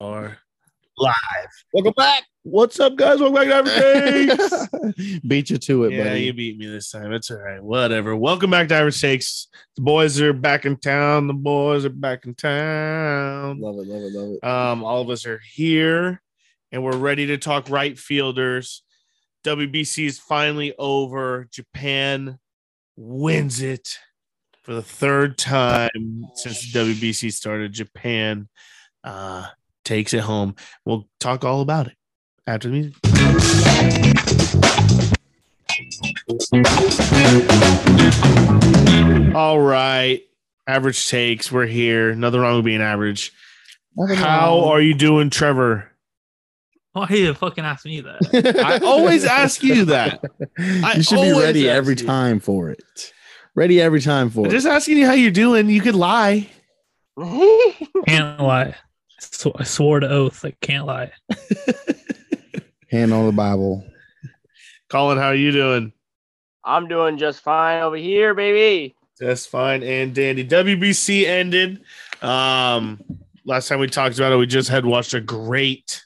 Or Welcome back. What's up, guys? Welcome back to Average Takes. Beat you to it, yeah, buddy. you beat me this time. It's all right. Whatever. Welcome back to Average Takes. The boys are back in town. The boys are back in town. Love it, love it, love it. Um, all of us are here and we're ready to talk right fielders. WBC is finally over. Japan wins it for the third time since the WBC started. Japan uh, takes it home. We'll talk all about it after the music. All right. Average takes. We're here. Nothing wrong with being average. How are you doing, Trevor? Why do you fucking ask me that? I always ask you that. I you should be always ready ask every you. time for it. Ready every time for Just asking you how you're doing. You could lie. can't lie. Sw- I swore to oath. I can't lie. it. Hand on the Bible. Colin, how are you doing? I'm doing just fine over here, baby. That's fine and dandy. WBC ended. Um, last time we talked about it, we just had watched a great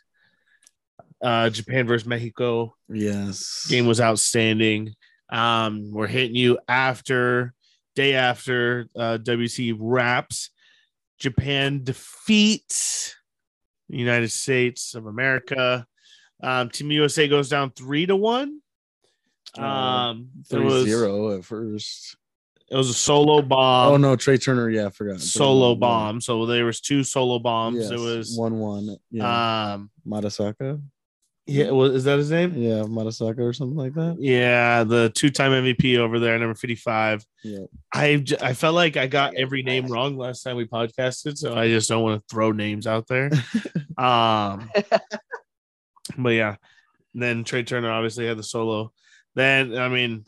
uh, Japan versus Mexico Yes. game was outstanding. Um, we're hitting you after day after uh, WC wraps. Japan defeats the United States of America. Um, Team USA goes down three to one. Um, it Oh, Uh, Three was zero at first. it was a solo bomb, oh no, Trey Turner. Yeah, I forgot. Um, solo bomb. So there was two solo bombs. Yes, It was one one. Yeah, um, Matasaka. yeah, well, is that his name? Yeah, Matasaka or something like that. Yeah, the two-time MVP over there, number fifty-five. Yeah. I j- I felt like I got every name wrong last time we podcasted, so I just don't want to throw names out there. um, but yeah, And then Trey Turner obviously had the solo. Then I mean,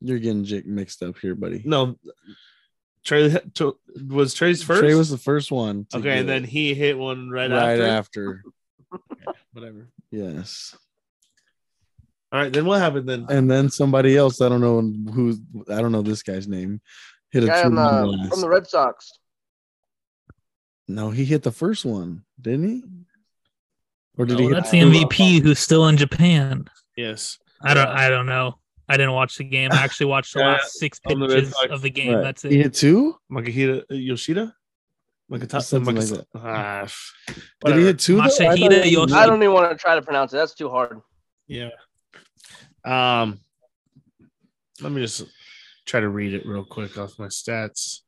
You're getting Jake mixed up here, buddy. no, Trey to, was Trey's first. Trey was the first one. to okay, and get then it he hit one right, right, after. after. Whatever. Yes. All right, then what happened then? and then somebody else I don't know who I don't know this guy's name hit a Guy two on run the, blast. uh, from the Red Sox. No, he hit the first one, didn't he? Or did Oh, he? Hit that's the two? MVP who's still in Japan. Yes, I don't. I don't know. I didn't watch the game. I actually watched the Yeah, last six on the Red pitches Sox. of the game. Right. That's He it. hit two. Makahita uh, Yoshida. Makata- Something like Makasa- that. Ah, f- Did he whatever. hit two? though? I thought Masahide he- Yoshi- I don't even want to try to pronounce it. That's too hard. Yeah. Um, let me just try to read it real quick off my stats.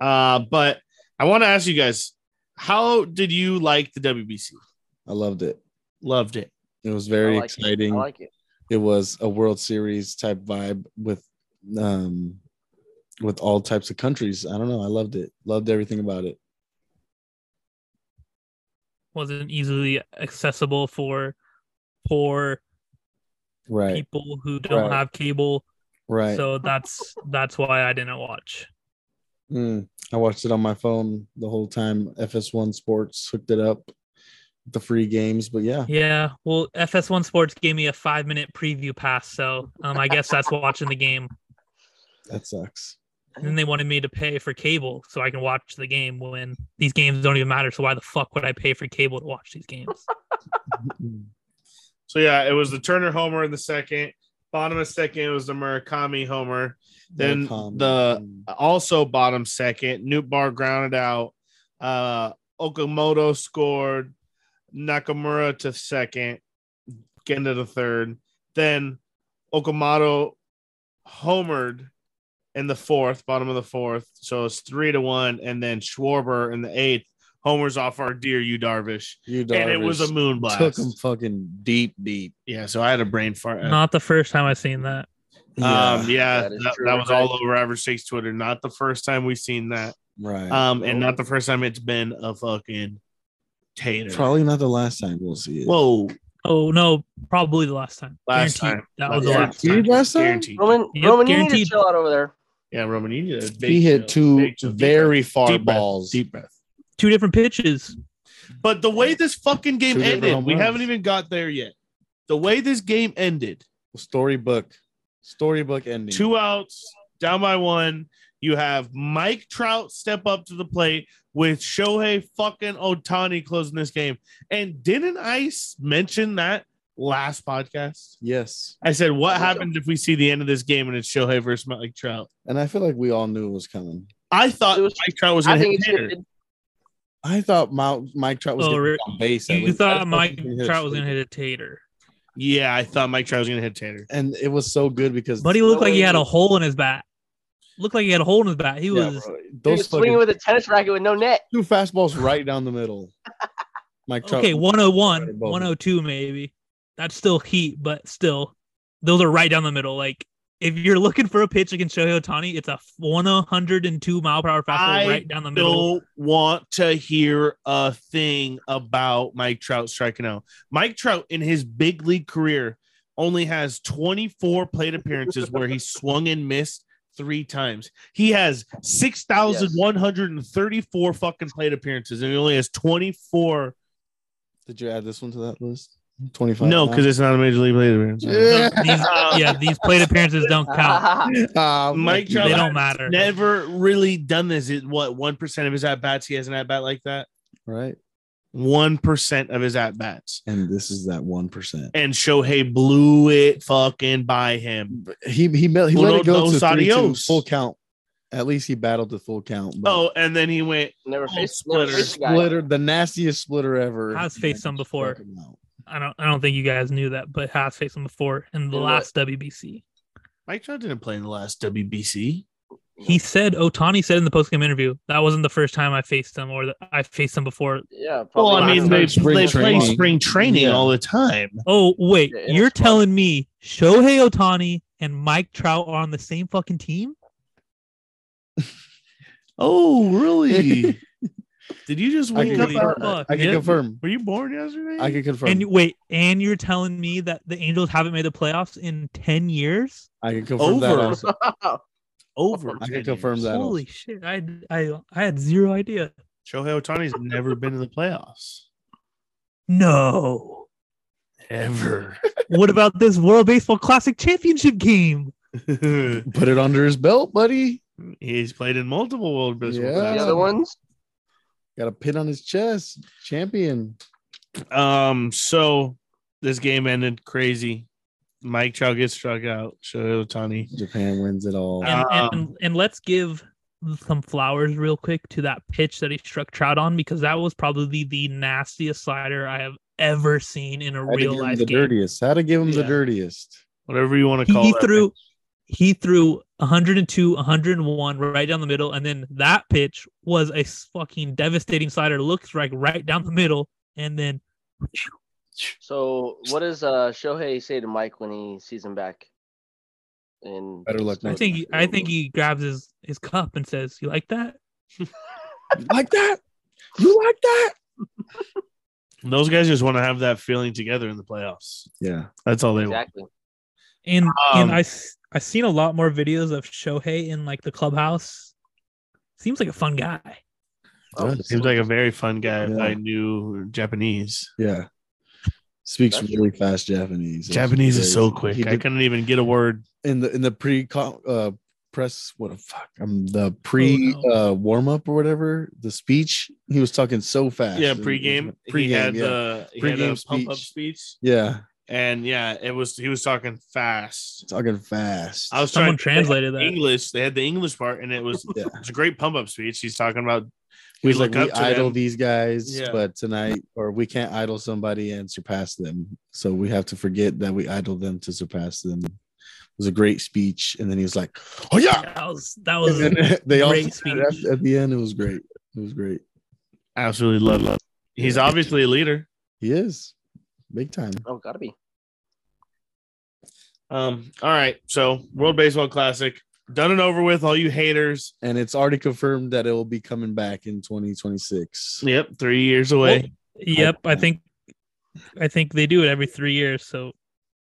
Uh, but I want to ask you guys, how did you like the WBC? I loved it. Loved it. It was very I like it. exciting. I like it. it was a World Series type vibe with um with all types of countries. I don't know. I loved it. Loved everything about it. Wasn't easily accessible for poor Right. people who don't Right. have cable. Right. So that's that's why I didn't watch. Mm, I watched it on my phone the whole time. FS1 Sports hooked it up, the free games. But yeah, Yeah. Well, FS1 Sports gave me a five minute preview pass, so um, I guess that's watching the game. that sucks. And then they wanted me to pay for cable so I can watch the game when these games don't even matter. So why the fuck would I pay for cable to watch these games? So yeah, it was the Turner homer in the second, bottom of second it was the Murakami homer. Then Welcome. Mm. the- Also bottom second, Newt Bar grounded out. Uh, Okamoto scored. Nakamura to second. Genda to third. Then Okamoto homered in the fourth, bottom of the fourth. So it's three to one. And then Schwarber in the eighth. Homers off our dear you Darvish. you And it was a Darvish moon blast. took him fucking deep, deep. Yeah, so I had a brain fart. Not the first time I've seen that. um, yeah, That that, is that, true. was all over Average Stakes Twitter. Not the first time we've seen that. right. Um, and not the first time it's been a fucking tater. Probably not the last time we'll see it. Whoa, Oh no, probably the last time. Last Guaranteed. time. That was the Yeah. last time. Dude, last time? Guaranteed. Roman, Yep, Roman, you need to guaranteed. chill out over there. Yeah, Roman, you need a big he hit chill, two big chill, deep very far breath, deep breath, balls. deep breath. Two different pitches. But the way this fucking game Two different ended, home we runs. haven't even got there yet. The way this game ended, Storybook, storybook ending. two outs, down by one. You have Mike Trout step up to the plate with Shohei fucking Otani closing this game. And didn't I s- mention that last podcast? Yes. I said, what happens if we see the end of this game and it's Shohei versus Mike Trout? And I feel like we all knew it was coming. I thought It was- Uh, Mike Trout was I going to think hit it's hitter. good. I thought Mount, Mike Trout was Oh, gonna really? get on base. at You least. I thought thought he Mike gonna hit a Trout was gonna straight. hit a tater, Yeah, I thought Mike Trout was going to hit Tater. and it was so good because but he looked like he had a Oh. hole in his bat. Looked like he had a hole in his bat. He Yeah, was bro, He was those swinging fucking with a tennis racket with no net. two fastballs right down the middle. Mike Trout. okay, 101, Above him. 102 maybe. That's still heat, but still, those are right down the middle. Like if you're looking for a pitch against Shohei Otani, it's a 102 mile per hour fastball I right down the middle. don't want to hear a thing about Mike Trout striking out. Mike Trout in his big league career only has 24 plate appearances where he swung and missed three times. He has 6,134 fucking plate appearances and he only has 24. Did you add this one to that list? Twenty five. No, because it's not a major league plate appearance. Yeah. These, yeah, these plate appearances don't count. Ah, Mike fuck you. Trout They has don't matter. never really done this. It, what, 1% of his at bats? He has an at bat like that? right. 1% of his at bats. And this is that one percent. and Shohei blew it fucking by him. He he met, he Uno let it go to dos three, two, adios. full count. At least he battled the full count. but Oh, and then he went. Never faced, splitter. never faced the guy. splitter, the nastiest splitter ever. Has faced some before. Struck him out. I don't. I don't think you guys knew that, but Haas faced him before in the In what? last WBC. Mike Trout didn't play in the last WBC. He said Otani said in the postgame interview that wasn't the first time I faced him, or that I faced him before. Yeah. Well, probably I mean, not. they, Spring they play training. spring training Yeah. all the time. Oh wait, Yeah, you're it's fun. telling me Shohei Otani and Mike Trout are on the same fucking team? Oh, really? Did you just I wake can up? confirm. out- confirm. I Yeah. can confirm. Were you born yesterday? I can confirm. And you- wait, and you're telling me that the Angels haven't made the playoffs in ten years? I can confirm that. Over. Also. over. I 10 can years. confirm that. Holy shit! I I I had zero idea. Shohei Otani's never been in the playoffs No. ever. what about this World Baseball Classic Championship game? Put it under his belt, buddy. He's played in multiple World Baseball. Yeah. The Classics. other ones? Got a pin on his chest. Champion. Um, so this game ended crazy. Mike Trout gets struck out. Shohei Otani. Japan wins it all. and, Um, and, and let's give some flowers real quick to that pitch that he struck Trout on because that was probably the nastiest slider I have ever seen in a Had to give real him life the game. dirtiest. How to give him the Yeah. dirtiest. Whatever you want to He, call he that. threw he threw 102, 101 right down the middle, and then that pitch was a s- fucking devastating slider. Looks like right down the middle, and then So, what does uh, Shohei say to Mike when he sees him back? And Better luck I next think he, I think he grabs his his cup and says, "You like that?" You like that? You like that? Those guys just want to have that feeling together in the playoffs. Yeah. That's all they Exactly. And Um, and I s- I seen a lot more videos of Shohei in like the clubhouse. Seems like a fun guy. Yes. Oh, want. Seems like a very fun guy if Yeah. I knew Japanese. Yeah. Speaks That's really fast Japanese. It's Japanese is so crazy. quick. He I did- couldn't even get a word. in the in the pre uh press what a fuck um the pre Oh, no. uh warm up or whatever the speech he was talking so fast. Yeah, And- pregame. Pregame. he had yeah. the he had a Pregame pump up speech. speech, yeah, and yeah, it was he was talking fast. talking fast. I was Someone trying translated that. English. They had the English part, and it was Yeah. it's a great pump up speech. He's talking about we He was like, look we up to idle them. these guys, Yeah. but tonight, or we can't idle somebody and surpass them. So we have to forget that we idle them to surpass them. It was a great speech, and then he was like, "Oh yeah!" That was that And was then they all great said it At, at the end, it was great. It was great. absolutely love love. He's obviously a leader. He is big time. Oh, gotta be. Um, all right. So World Baseball Classic done and over with. All you haters. and it's already confirmed that it will be coming back in 2026. Yep, three years away. Yep, I think I think they do it every three years. So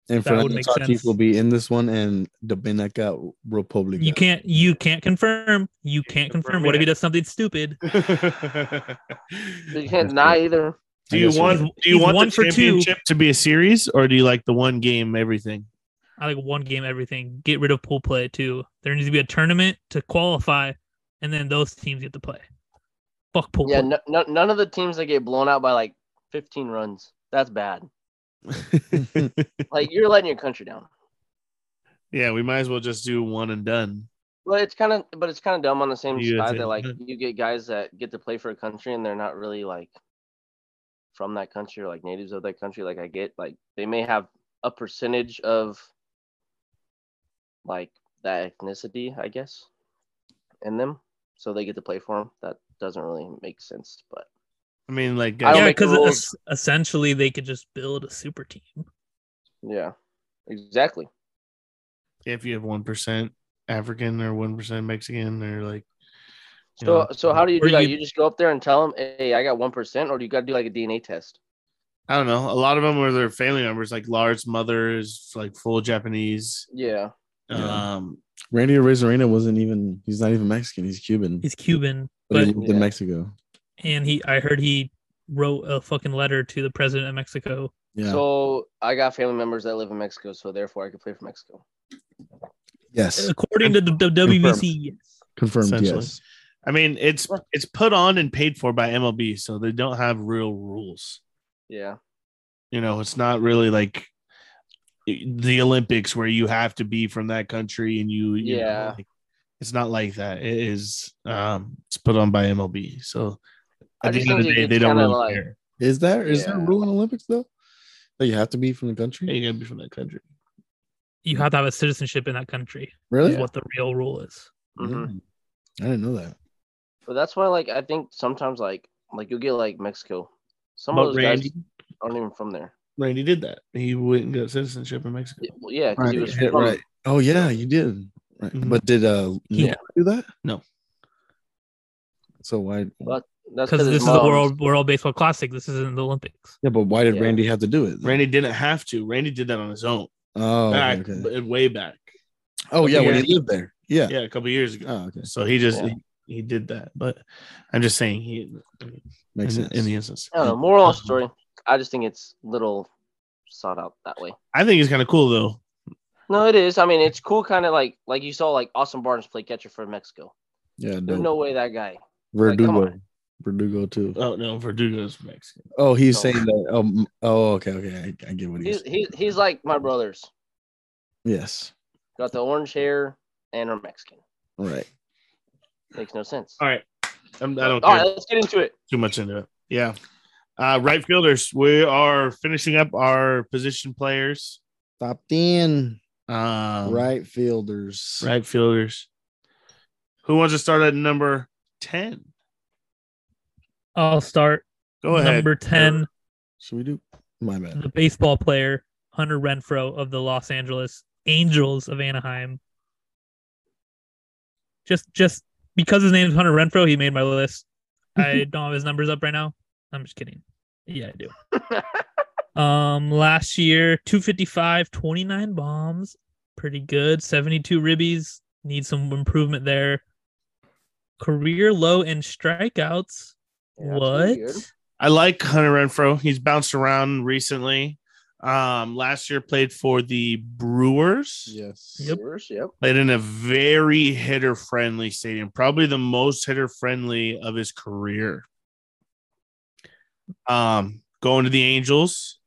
And That would Fernando make Tatis sense. will be in this one, and Dominica Republic. you can't you can't confirm. You can't confirm. What if he does something stupid? You can't deny either. do you I guess want we're- do you He's want one the for two. championship to be a series, or do you like the one game everything? I like one game everything. Get rid of pool play too. There needs to be a tournament to qualify, and then those teams get to play. Fuck pool. Yeah, play. no, no, none of the teams that get blown out by like 15 runs. That's bad. Like you're letting your country down. Yeah, we might as well just do one and done. Well, it's kind of, but it's kind of dumb on the same You side think- that like you get guys that get to play for a country and they're not really like from that country or like natives of that country. Like I get like they may have a percentage of like that ethnicity, I guess, in them, so they get to play for them. That doesn't really make sense, but I mean, like, I don't yeah, make the because rules. es- essentially they could just build a super team. yeah, exactly. if you have one percent African or one percent Mexican, or like, you So, know, so how do you Or do that? you- You just go up there and tell them, "Hey, I got one percent," or do you got to do like a DNA test? I don't know. A lot of them are their family members. Like Lars' mother is like full Japanese. Yeah, Yeah. Um, Randy Arozarena wasn't even. He's not even Mexican. He's Cuban. He's Cuban, but he but lived Yeah. in Mexico. and he I heard he wrote a fucking letter to the president of Mexico. Yeah. So I got family members that live in Mexico, so therefore I could play for Mexico. yes. According to the the WBC, yes. Confirmed. Essentially. Yes. I mean, it's it's put on and paid for by MLB, so they don't have real rules. Yeah. You know, it's not really like the Olympics where you have to be from that country and you, you know, Yeah. like, it's not like that. It is um it's put on by MLB. So I at the just end of the think day, it's they don't kinda really like- care. Is there is there Yeah. a rule in Olympics though that you have to be from the Yeah, country? you gotta be from that country. you have to have a citizenship in that country. Really? Is what the real rule is. hmm Mm. I didn't know that. But that's why, like, I think sometimes, like, like you'll get like Mexico. Some But of those Randy, guys aren't even from there. Randy did that. He went and got citizenship in Mexico. Yeah, well, yeah, 'cause he Right, was yeah, from- right. Oh yeah, you did. Right. Mhm. But did uh Yeah. Nora do that? No. So why? But that's Because his this is mom- a world world baseball classic. This isn't the Olympics. Yeah, but why did Yeah. Randy have to do it? Randy didn't have to. Randy did that on his own. Oh, back, okay. but way back. oh yeah, when Yeah. he lived there. Yeah. Yeah, a couple years ago. Oh, okay. So he just Yeah. he, he did that. But I'm just saying he Makes in, sense. in the instance. I don't know. Moral of the story. I just think it's little sought out that way. I think it's kind of cool though. No, it is. I mean, it's cool, kind of like like you saw like Austin Barnes play catcher for Mexico. yeah, There's no. no way that guy. Verdugo. like, come Verdugo too. Oh no, Verdugo's Mexican. Oh, he's no. saying that. Oh, m- oh, okay, okay. I, I get what He's he's. he's, he's like my brothers. Yes. Got the orange hair and are Mexican. Right. Makes no sense. All right. I'm, I don't All care right, let's get into it. too much into it. Yeah. Uh, right fielders, we are finishing up our position players. Top ten Um, right fielders. right fielders. Who wants to start at number ten? I'll start Go ahead. number ten, Should we do? My bad. Mm-hmm. the baseball player Hunter Renfro of the Los Angeles Angels of Anaheim. Just just because his name is Hunter Renfro, he made my list. I don't have his numbers up right now. I'm just kidding. Yeah, I do. Um, last year, 255, 29 bombs, pretty good. 72 ribbies, need some improvement there. Career low in strikeouts. Yeah, that's what? pretty good. I like Hunter Renfro. He's bounced around recently. Um, last year played for the Brewers. Yes. Yep. Brewers, yep. Played in a very hitter friendly stadium, probably the most hitter friendly of his career. Um, going to the Angels.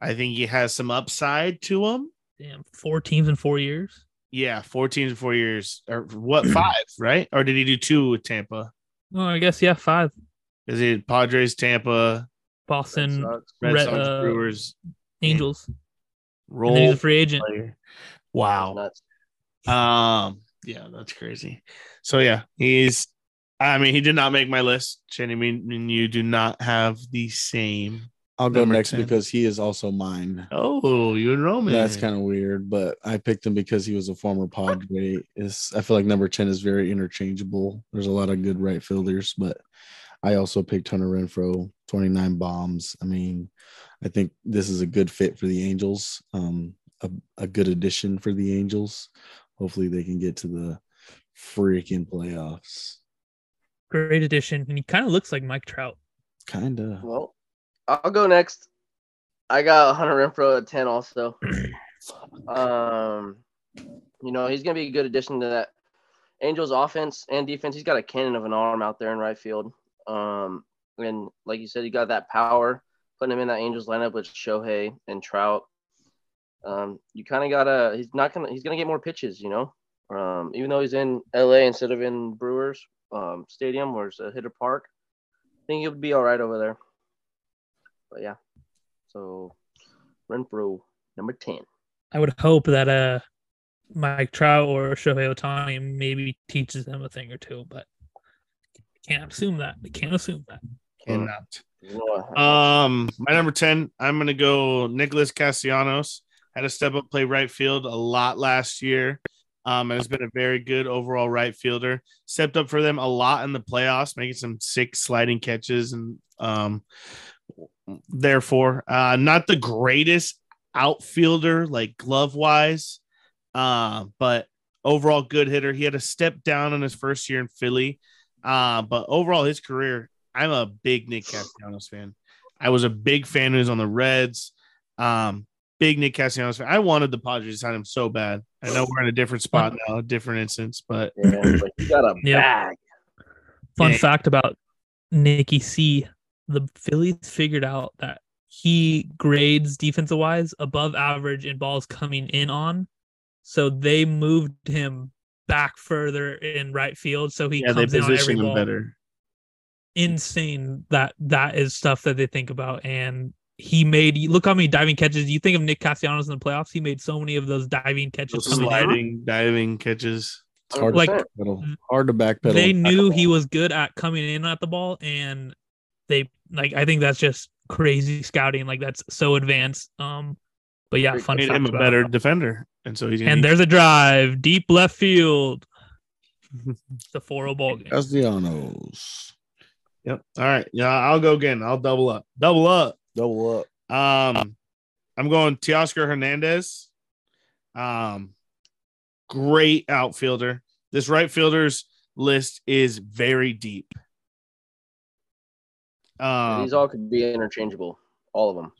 I think he has some upside to him. Damn, four teams in four years. Yeah, 14 to four years. Or what five, right? Or did he do two with Tampa? Oh, I guess yeah, five. Is he did Padres, Tampa, Red Boston Sox. Red Red- Sox, uh, Brewers, Angels. And then he's roll a free agent. player. Wow. Nuts. Um, yeah, that's crazy. So yeah, he's. I mean, he did not make my list. Shane, I mean, and you do not have the same. I'll go Number next 10. because he is also mine. Oh, you and Roman. That's kind of weird, but I picked him because he was a former Padre. Is I feel like number ten is very interchangeable. There's a lot of good right fielders, but I also picked Hunter Renfro, 29 bombs. I mean, I think this is a good fit for the Angels. Um, a, a good addition for the Angels. Hopefully, they can get to the freaking playoffs. Great addition. And he kind of looks like Mike Trout. Kinda. Well, I'll go next. I got Hunter Renfro at 10 also. Um, you know, he's gonna be a good addition to that Angels offense and defense. He's got a cannon of an arm out there in right field. Um, and like you said, he got that power. Putting him in that Angels lineup with Shohei and Trout. Um, you kind of gotta. He's not gonna. He's gonna get more pitches. You know, um, even though he's in LA instead of in Brewers um, Stadium or it's a hitter park. I think he'll be all right over there. But yeah, so Renfro number ten. I would hope that uh Mike Trout or Shohei Otani maybe teaches them a thing or two, but can't assume that. We can't assume that. Cannot. You know, I- Um, my number 10, I'm going to go Nicholas Castellanos. Had a step up play right field a lot last year. Um, and has been a very good overall right fielder. Stepped up for them a lot in the playoffs, making some sick sliding catches. And um, therefore, uh, not the greatest outfielder, like glove wise, uh, but overall good hitter. He had a step down in his first year in Philly. Uh, but overall, his career I'm a big Nick Castellanos fan. I was a big fan when he was on the Reds. Um, big Nick Castellanos fan. I wanted the Padres to sign him so bad. I know we're in a different spot now, a different instance, but yeah, but you got a Yeah. bag. Fun Yeah. fact about Nikki C: the Phillies figured out that he grades defensive wise above average in balls coming in on, so they moved him back further in right field, so he yeah, they comes in on every position him ball. better. Insane that that is stuff that they think about, and he made look how many diving catches. You think of Nick Castellanos in the playoffs, he made so many of those diving catches. Just coming in. sliding, diving catches. It's hard Like- to backpedal. Hard to backpedal. they knew he was good at coming in at the ball and they like i think that's just crazy scouting like that's so advanced um but yeah fun Made fact him a about- better defender, and so he's gonna and be- there's a drive deep left field the 4 oh ball game Castellanos. Yep. All right. Yeah, I'll go again. I'll double up. Double up. Double up. Um, I'm going Teoscar Hernandez. Um, great outfielder. This right fielder's list is very deep. Um, These all could be interchangeable. All of them.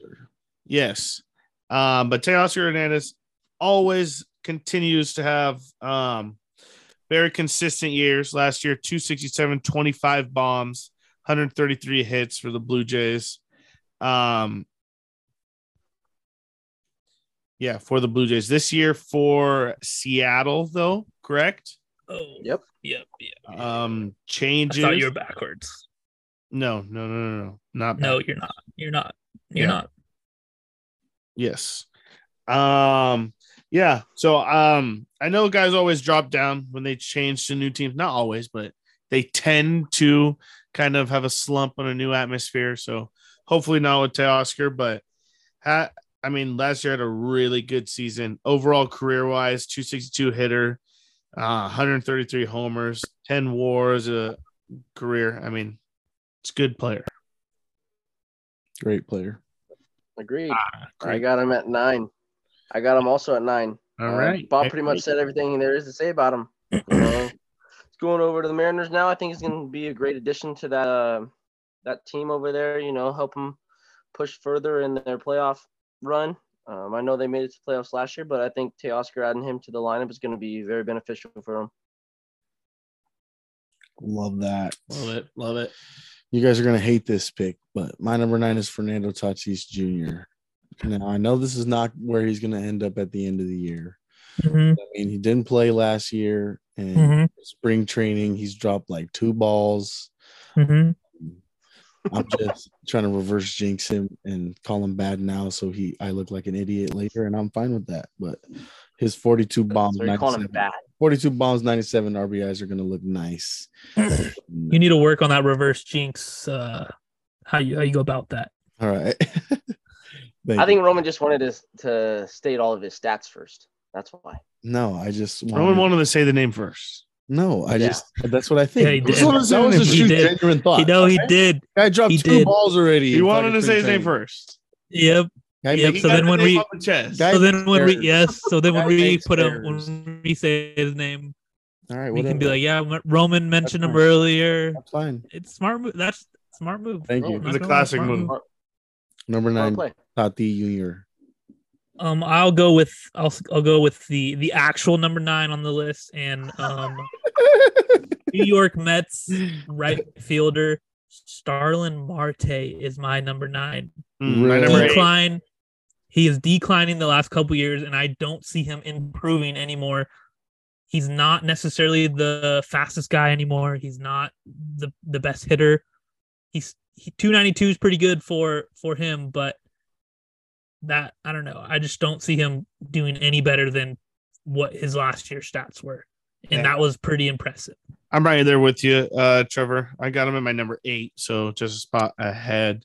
yes. Um, but Teoscar Hernandez always continues to have um, very consistent years. Last year, 267, 25 bombs, 133 hits for the Blue Jays. Um, yeah, for the Blue Jays. This year for Seattle, though, correct? oh Yep. yep yep Um, i changes. thought you were backwards no, no, no, no, no. Not no you're not you're not you're Yeah. not Yes. Um, yeah. So um I know guys always drop down when they change to new teams. Not always, but they tend to kind of have a slump on a new atmosphere. So hopefully not with Teoscar, but ha- I mean, last year had a really good season. Overall career wise, 262 hitter, uh, 133 homers, 10 wars a career. I mean, it's a good player. Great player. Agreed. Ah, I got him at nine. I got him also at nine. All Uh, right. Bob pretty much said everything there is to say about him. You know, he's going over to the Mariners now. I think he's going to be a great addition to that uh, that team over there. You know, help them push further in their playoff run. Um, I know they made it to playoffs last year, but I think Teoscar adding him to the lineup is going to be very beneficial for him. Love that. Love it. Love it. You guys are gonna hate this pick, but my number nine is Fernando Tatis Jr. Now I know this is not where he's gonna end up at the end of the year. Mhm, I mean, he didn't play last year, and mhm, spring training he's dropped like two balls. mhm. I'm just trying to reverse jinx him and call him bad now, so he I look like an idiot later, and I'm fine with that. But his 42 bombs, so you're calling him 97 bad. 42 bombs, 97 RBIs are gonna look nice. you need to work on that reverse jinx uh how you how you go about that All right. Thank I think you. Roman just wanted to, to state all of his stats first. That's why. no. I just Roman wanted, wanted to say the name first. no. I Yeah. just that's what I think. Yeah, he I did. just wanted to say That was his his true did. genuine thought. you know he Okay? did Guy dropped he two did. balls already. He in wanted to fucking say his spring name training. first. yep Guy Yep, made- so got then the when name we- off the chest. Guy- so then when we Errors. yes, so then when Guy we makes put him errors. when we say his name, all right, we whatever. can be like, yeah, when Roman mentioned him fine. earlier. That's fine. It's smart move. That's smart move. Thank you. Not It's a gonna lie, classic smart move. Well Number Well nine, play. Tati Jr. Um, I'll go with I'll I'll go with the the actual number nine on the list and um, New York Mets right fielder Starlin Marte is my number nine. Mm, my Really? number eight. Decline. He is declining the last couple years, and I don't see him improving anymore. He's not necessarily the fastest guy anymore. He's not the the best hitter. He's he, 292 is pretty good for for him, but that I don't know. I just don't see him doing any better than what his last year stats were. And Yeah. that was pretty impressive. I'm right there with you, uh, Trevor. I got him at my number eight, so just a spot ahead.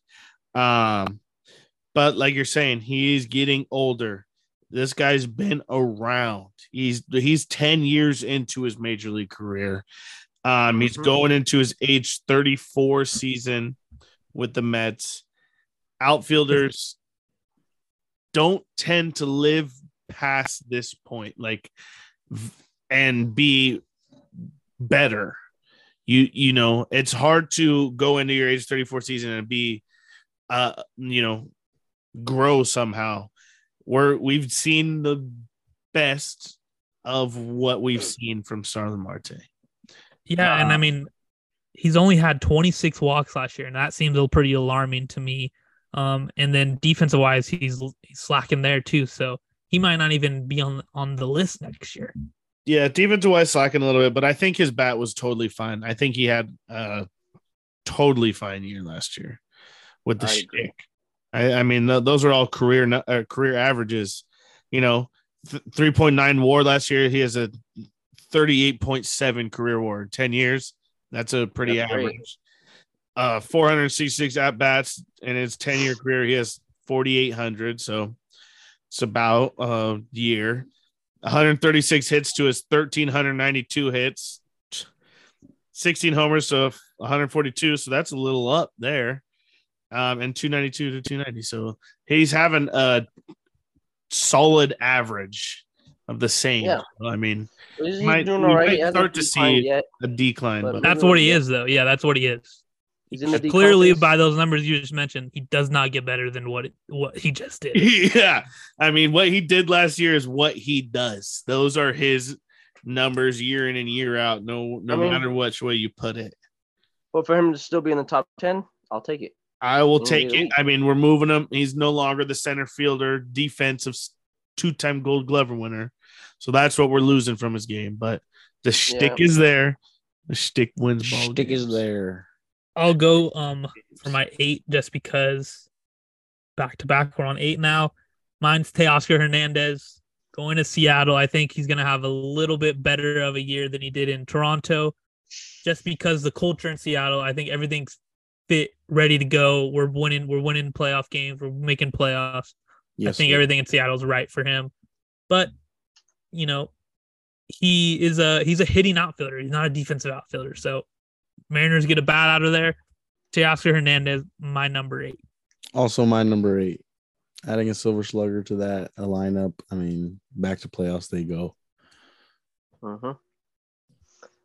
Um, but like you're saying, he's getting older. This guy's been around. He's he's 10 years into his major league career. Um, he's Mhm. going into his age 34 season with the Mets. Outfielders don't tend to live past this point, like v- and be better. You you know, it's hard to go into your age 34 season and be uh you know, grow somehow. We're we've seen the best of what we've seen from Starlin Marte. Yeah, and I Uh, mean, he's only had 26 walks last year, and that seems a pretty alarming to me. Um, and then defensive wise, he's, he's slacking there too, so he might not even be on on the list next year. Yeah, defensive wise slacking a little bit, but I think his bat was totally fine. I think he had a totally fine year last year with the I shtick. agree. I, I mean, th- those are all career nu- uh, career averages. You know, th- three point nine WAR last year. He has a thirty eight point seven career WAR. in Ten years. That's a pretty That's great. average. Uh, four hundred sixty six at bats in his ten year career. He has forty eight hundred. So it's about a year. 136 hits to his 1392 hits 16 homers to 142 so that's a little up there um and 292 to 290 so he's having a solid average of the same Yeah. So, i mean He's might- doing we all right. might He hasn't start to declined see- yet. a decline But- but, That's what he is, though. Yeah, that's what he is. He's in the decline Clearly, phase. by those numbers you just mentioned, he does not get better than what what he just did. yeah i mean what he did last year is what he does those are his numbers year in and year out no no I mean- matter which way you put it But for him to still be in the top ten, I'll take it. I will Yeah, take yeah. it. I mean, we're moving him. He's no longer the center fielder, defensive two time gold glover winner. So that's what we're losing from his game. But the shtick is there. The shtick wins ball. Stick is there. I'll go um for my eight just because back to back we're on eight now. Mine's Teoscar Hernandez going to Seattle. I think he's going to have a little bit better of a year than he did in Toronto, just because the culture in Seattle. I think everything's fit, ready to go. We're winning. We're winning playoff games. We're making playoffs. I Yes. think sir. everything in Seattle's right for him. But you know, he is a he's a hitting outfielder. He's not a defensive outfielder. So Mariners get a bat out of there. Teoscar Hernandez, my number eight. Also, my number eight, adding a silver slugger to that a lineup. I mean, back to playoffs they go. Mm-hmm.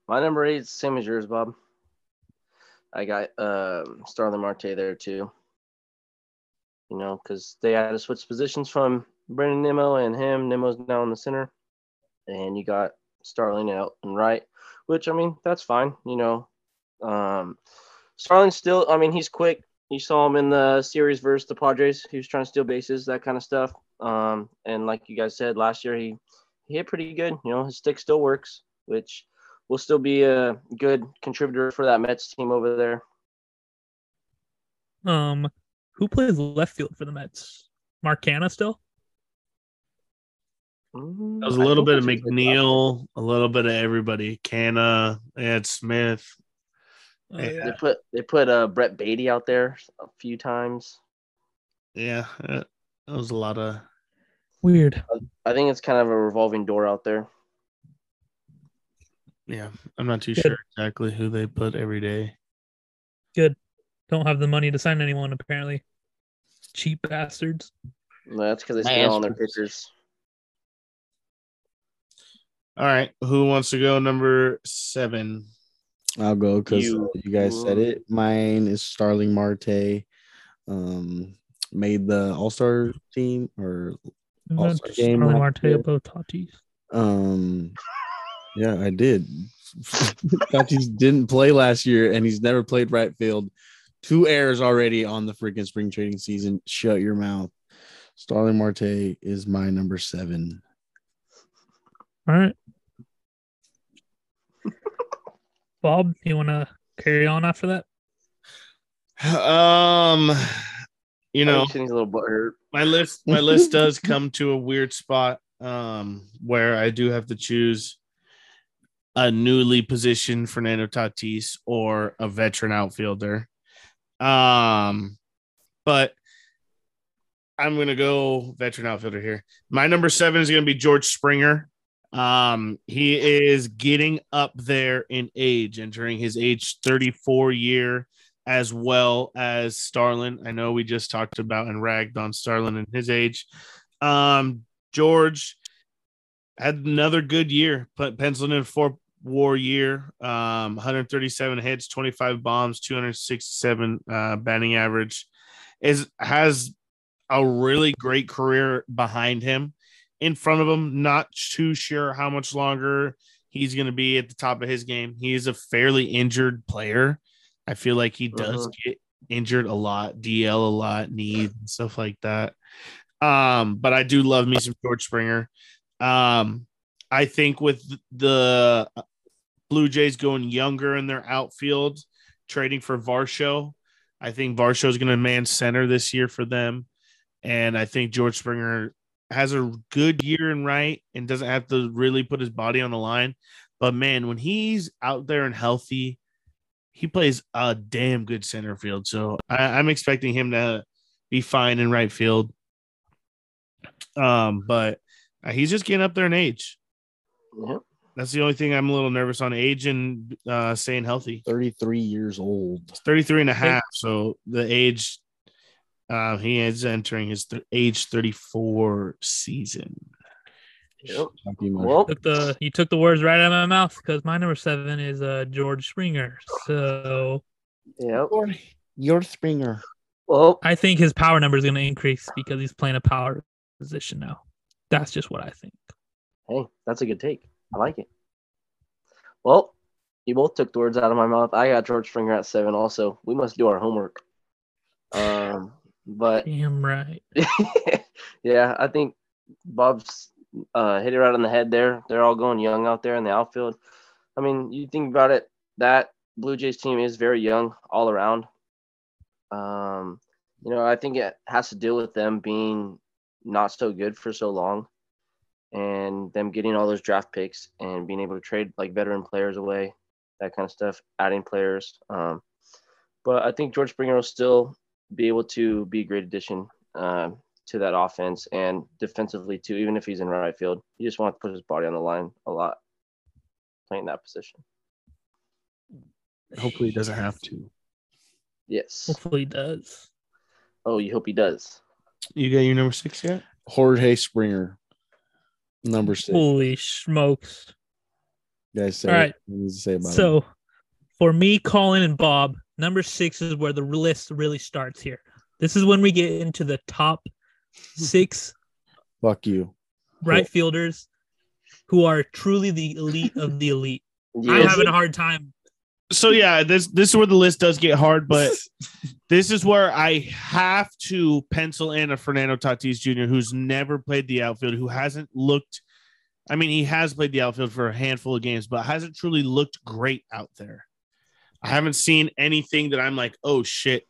My number eight is same as yours, Bob. I got um, Starlin Marte there too. You know, because they had to switch positions from Brendan Nimmo and him. Nimmo's now in the center, and you got Starling out and right, which I mean that's fine. You know, um, Starling still. I mean he's quick. You saw him in the series versus the Padres. He was trying to steal bases, that kind of stuff. Um, and like you guys said last year, he he hit pretty good. You know, his stick still works, which will still be a good contributor for that Mets team over there. Um, who plays left field for the Mets? Marcana still? Mm, That was a I little bit think of that's what- McNeil, a little bit of everybody. Canna, Ed Smith. Oh, eh, Uh, Yeah. They put they put uh, Brett Beatty out there a few times. Yeah. That that was a lot of Weird. I think it's kind of a revolving door out there. yeah. I'm not too Good. sure exactly who they put every day. Don't have the money to sign anyone apparently. Cheap bastards. No, that's because they spent on their pitchers. All right. Who wants to go number seven? I'll go because you, You guys said were- it. Mine is Starling Marte. Um, made the All Star team or Also Just game Starling last Marte year. above Tatis. Um, yeah, I did. Tatis didn't play last year, and he's never played right field. Two errors already on the freaking spring training season. Shut your mouth. Starling Marte is my number seven. All right. Bob, you want to carry on after that? Um, you know, he's a little butthurt. my list my list does come to a weird spot um where I do have to choose a newly positioned Fernando Tatis or a veteran outfielder. Um but I'm going to go veteran outfielder here. My number 7 is going to be George Springer. Um he is getting up there in age entering his age 34 year as well as Starlin. I know we just talked about and ragged on Starlin and his age. Um, George had another good year, put penciling in four war year, um, 137 hits, 25 bombs, 267 uh, batting average. Is has a really great career behind him, in front of him. Not too sure how much longer he's going to be at the top of his game. He is a fairly injured player. I feel like he does Uh-huh. get injured a lot, DL a lot, knees and stuff like that. Um, but I do love me some George Springer. Um, I think with the Blue Jays going younger in their outfield, trading for Varsho, I think Varsho is going to man center this year for them, and I think George Springer has a good year in right and doesn't have to really put his body on the line. But man, when he's out there and healthy, he plays a damn good center field. So I, I'm expecting him to be fine in right field. Um, but uh, he's just getting up there in age. Yeah. That's the only thing I'm a little nervous on age and uh, staying healthy. 33 years old. He's 33 and a half. So the age, uh, he is entering his th- age 34 season. Yep. Talking about- Well, Took the you took the words right out of my mouth because my number seven is uh George Springer. So yep. Your Springer. Well, I think his power number is going to increase because he's playing a power position now. That's just what I think. hey, that's a good take. I like it. Well, you both took the words out of my mouth. I got George Springer at seven. Also, we must do our homework. Um, but Damn right. yeah, I think Bob's uh, hit it right on the head there. They're all going young out there in the outfield. I mean, you think about it, that Blue Jays team is very young all around. Um, you know, I think it has to deal with them being not so good for so long and them getting all those draft picks and being able to trade like veteran players away, that kind of stuff, adding players. Um, but I think George Springer will still be able to be a great addition um, to that offense and defensively too. Even if he's in right field, he just wants to put his body on the line a lot, playing that position. Hopefully, he doesn't have to. Yes. Hopefully he does. Oh, you hope he does. You got your number six yet? Jorge Springer. Number six. Holy smokes. You guys say All right. what you need to say about So, for me, Colin and Bob, number six is where the list really starts here. This is when we get into the top six it. Fuck you. right fielders who are truly the elite of the elite. I'm Yes. having a hard time. so yeah, this this is where the list does get hard, but this is where I have to pencil in a Fernando Tatis Jr. who's never played the outfield, who hasn't looked. I mean, he has played the outfield for a handful of games, but hasn't truly looked great out there. I haven't seen anything that I'm like, oh shit,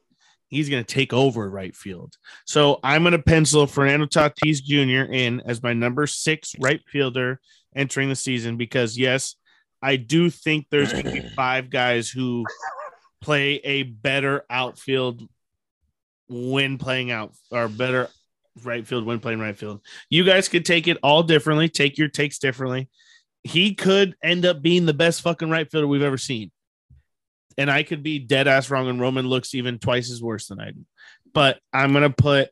he's gonna take over right field. So I'm gonna pencil Fernando Tatis Jr. in as my number six right fielder entering the season because yes, I do think there's going to be five guys who play a better outfield when playing out or better right field when playing right field. You guys could take it all differently, take your takes differently. He could end up being the best fucking right fielder we've ever seen. And I could be dead ass wrong, and Roman looks even twice as worse than I do. But I'm going to put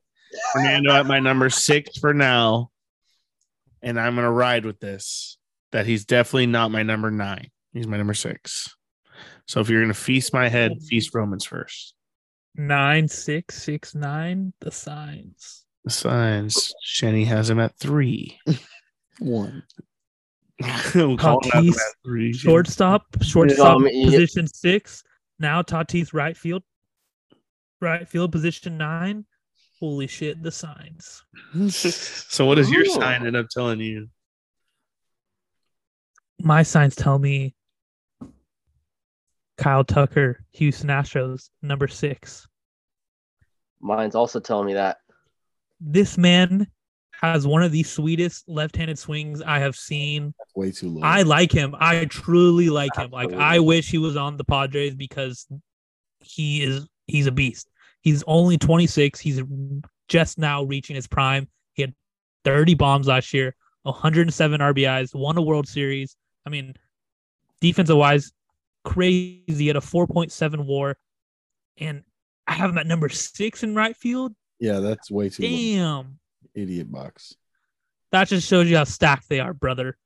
Fernando at my number six for now. And I'm going to ride with this that he's definitely not my number nine. He's my number six. So if you're gonna feast my head, feast Romans first. Nine, six, six, nine, the signs. Signs. Shenny has him at three. One. We'll call him out Tatis, at three. Shortstop, shortstop I mean, yeah. position six. Now Tatis right field, right field position nine. Holy shit, the signs. So what does your Ooh. sign end up telling you? My signs tell me Kyle Tucker, Houston Astros, number six. Mine's also telling me that. This man has one of the sweetest left-handed swings I have seen Way too low. I like him. I truly like him. Like I Absolutely. wish he was on the Padres because he is he's a beast. He's only 26. He's just now reaching his prime. He had 30 bombs last year, 107 RBIs, won a World Series. I mean, defensive wise, crazy. He had a 4.7 WAR, and I have him at number six in right field. yeah, that's way too low. Damn, Idiot box. that just shows you how stacked they are, brother.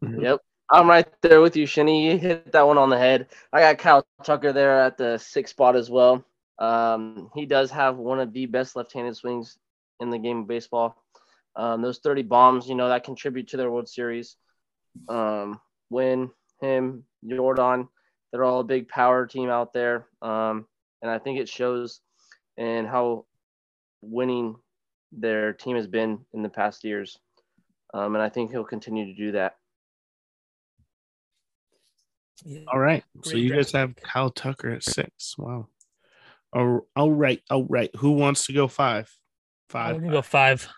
Yep. I'm right there with you, Shinny. You hit that one on the head. I got Kyle Tucker there at the sixth spot as well. Um, he does have one of the best left-handed swings in the game of baseball. Um, those 30 bombs, you know, that contribute to their World Series. Um, Win, him, Jordan, they're all a big power team out there. Um, and I think it shows in how winning their team has been in the past years. Um, and I think he'll continue to do that. All right. so Great you draft guys have Kyle Tucker at six. Wow. All, all right. All right. Who wants to go five? I Five. can go five.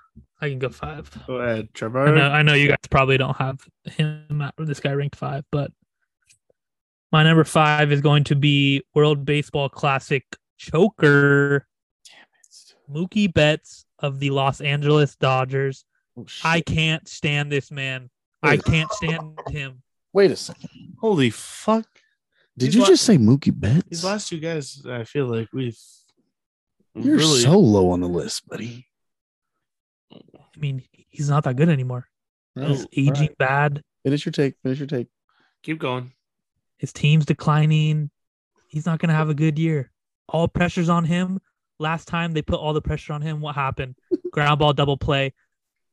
I can go five. Go ahead, I know, Trevor. I know you guys probably don't have him at this guy ranked five, but my number five is going to be World Baseball Classic choker Mookie Betts of the Los Angeles Dodgers. Oh, I shit. can't stand this man. I can't stand him. Wait a second. Holy fuck. Did He's you la- just say These Mookie Betts? last two guys, I feel like we've You're really so low on the list, buddy. I mean, he's not that good anymore. He's Oh, All aging right. bad. Finish your take. Finish your take. keep going. His team's declining. He's not going to have a good year. All pressure's on him. Last time they put all the pressure on him, what happened? Ground ball double play,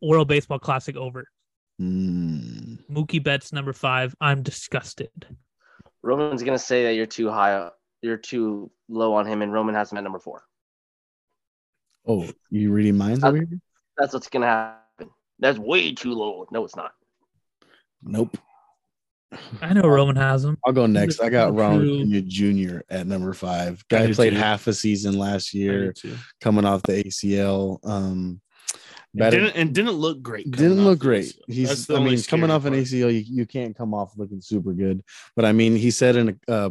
World Baseball Classic over. Mm. Mookie Betts number five. I'm disgusted. Roman's gonna say that you're too high, you're too low on him, and Roman has him at number four. Oh, you reading minds over here? That's what's gonna happen. That's way too low. No, it's not. Nope. I know Roman has him. I'll go next. I got Ronald True. Acuna Jr. at number five. I Guy do played too. half a season last I year, do too. coming off the ACL. And Um, batted- didn't, and didn't look great. coming didn't off look the great. ACL. That's He's, the I only mean, coming scary off an part. ACL, you, you can't come off looking super good. But I mean, he said in a uh,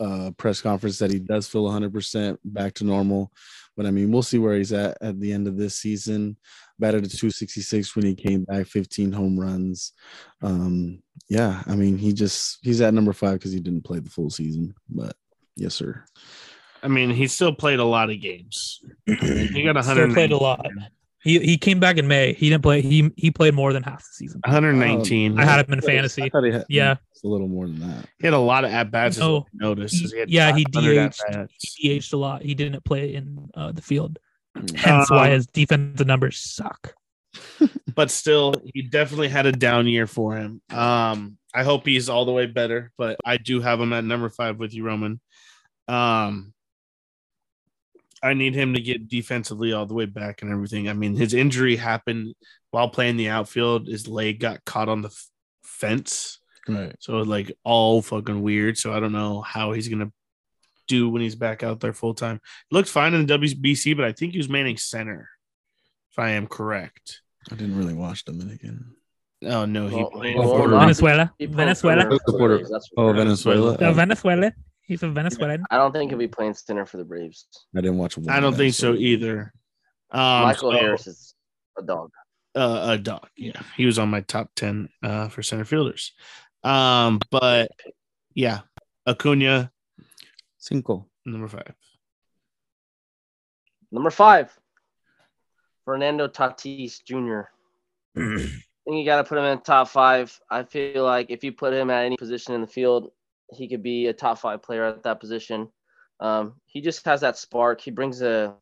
uh, press conference that he does feel 100% back to normal. But I mean, we'll see where he's at at the end of this season. Batted to 266 when he came back, 15 home runs. Um, yeah, I mean, he just he's at number five because he didn't play the full season. But yes, sir. I mean, he still played a lot of games. He got Still 100 played a lot. He he came back in May. He didn't play. He he played more than half the season. 119. I had him in I thought he- I fantasy. thought he had, Yeah. it's a little more than that. He had a lot of at bats. No. No. Notice is he had Yeah, he 500 DH'd. at-bats. He aged a lot. He didn't play in uh, the field. Hence why Um, his defensive numbers suck. but still, he definitely had a down year for him. Um, I hope he's all the way better, but I do have him at number five with you, Roman. Um, I need him to get defensively all the way back and everything. I mean, his injury happened while playing the outfield. His leg got caught on the f- fence, Right. so it was, like all fucking weird. So I don't know how he's gonna do when he's back out there full time. Looked fine in the WBC, but I think he was manning center, if I am correct. I didn't really watch Dominican. Oh no, he Well, played well, for well, Venezuela. Venezuela. He played Venezuela. for the Supporter. Braves, that's for Oh, sure. Venezuela. Uh, Venezuela. He's a Venezuelan. I don't think he'll be playing center for the Braves. I didn't watch. One I don't of think those. so either. Um, Michael so, Harris is a dog. uh, a dog. Yeah, he was on my top ten uh, for center fielders. Um, but yeah, Acuna Cinco. number five. Number five, Fernando Tatis Jr. I think you got to put him in the top five. I feel like if you put him at any position in the field, he could be a top five player at that position. Um, he just has that spark. He brings a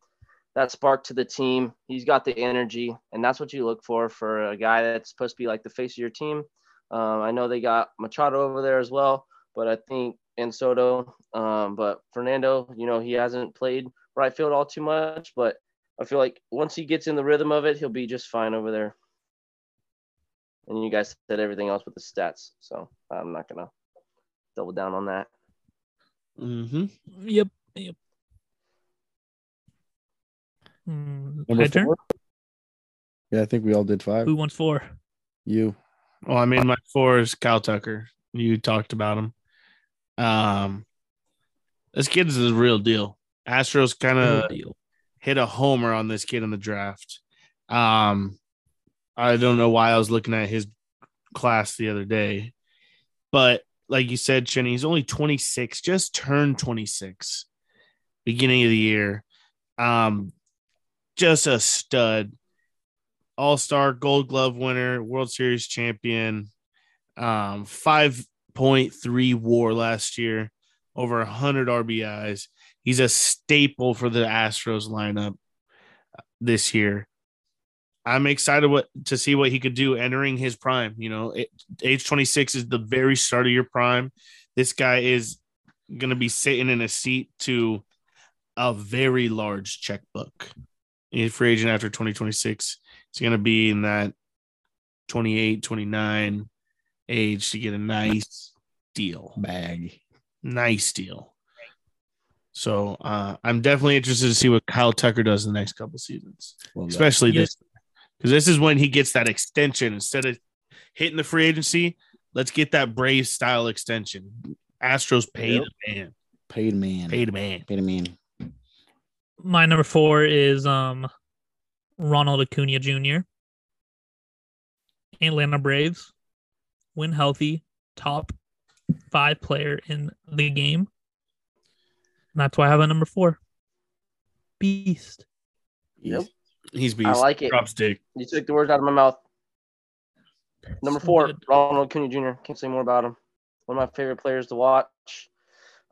that spark to the team. He's got the energy, and that's what you look for for a guy that's supposed to be like the face of your team. Um, I know they got Machado over there as well, but I think and Soto. Um, but Fernando, you know, he hasn't played right field all too much, but I feel like once he gets in the rhythm of it, he'll be just fine over there. And you guys said everything else with the stats, so I'm not gonna double down on that. Mm-hmm. Yep. Yep. Mm, Number my turn? four? Yeah, I think we all did five. Who wants four? You. Well, I mean, my four is Kyle Tucker. You talked about him. Um, this kid's the real deal. Astros kind of Real deal. hit a homer on this kid in the draft. Um, I don't know why I was looking at his class the other day, but like you said, Chenny, he's only 26, just turned 26, beginning of the year. Um, just a stud, all star, gold glove winner, World Series champion, um, 5.3 war last year, over 100 RBIs he's a staple for the Astros lineup this year. I'm excited what to see what he could do entering his prime. You know, it, age 26 is the very start of your prime. This guy is going to be sitting in a seat to a very large checkbook. He's a free agent after 2026. He's going to be in that 28, 29 age to get a nice deal Bag. nice deal. So uh, I'm definitely interested to see what Kyle Tucker does in the next couple seasons, Love that. especially Yeah. this because this is when he gets that extension instead of hitting the free agency. Let's get that Brave style extension. Astros paid a man, Paid man. paid a man. Paid a man. My number four is um Ronald Acuna Jr. Atlanta Braves, when healthy, top five player in the game. And that's why I have a number four. Beast. Yep. He's beast. I like it. Dropstick. You took the words out of my mouth. Number So four, good. Ronald Cooney Jr. Can't say more about him. One of my favorite players to watch.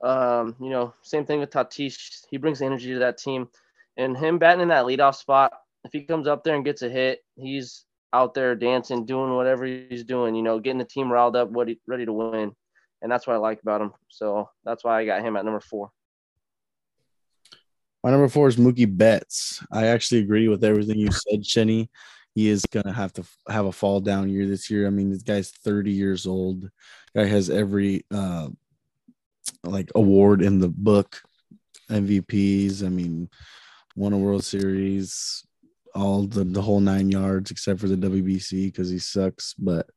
Um, you know, same thing with Tatis. He brings energy to that team, and him batting in that leadoff spot. If he comes up there and gets a hit, he's out there dancing, doing whatever he's doing. You know, getting the team riled up, what ready to win, and that's what I like about him. So that's why I got him at number four. My number four is Mookie Betts. I actually agree with everything you said, Shenny. He is gonna have to f- have a fall down year this year. I mean, this guy's 30 years old. Guy has every uh, like award in the book, MVPs. I mean, won a World Series, all the the whole nine yards, except for the WBC because he sucks. But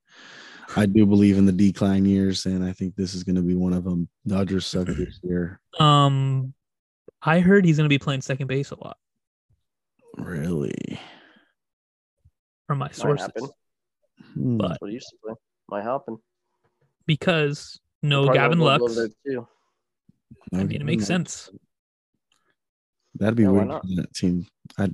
I do believe in the decline years, and I think this is gonna be one of them. Dodgers suck this year. Um I heard he's gonna be playing second base a lot Really. from my Might sources. happen. Hmm. But- What do you say? Might happen. Because no Probably Gavin won't go Lux. over there, too. I mean it makes sense. That'd be Yeah, why weird not? for that team. I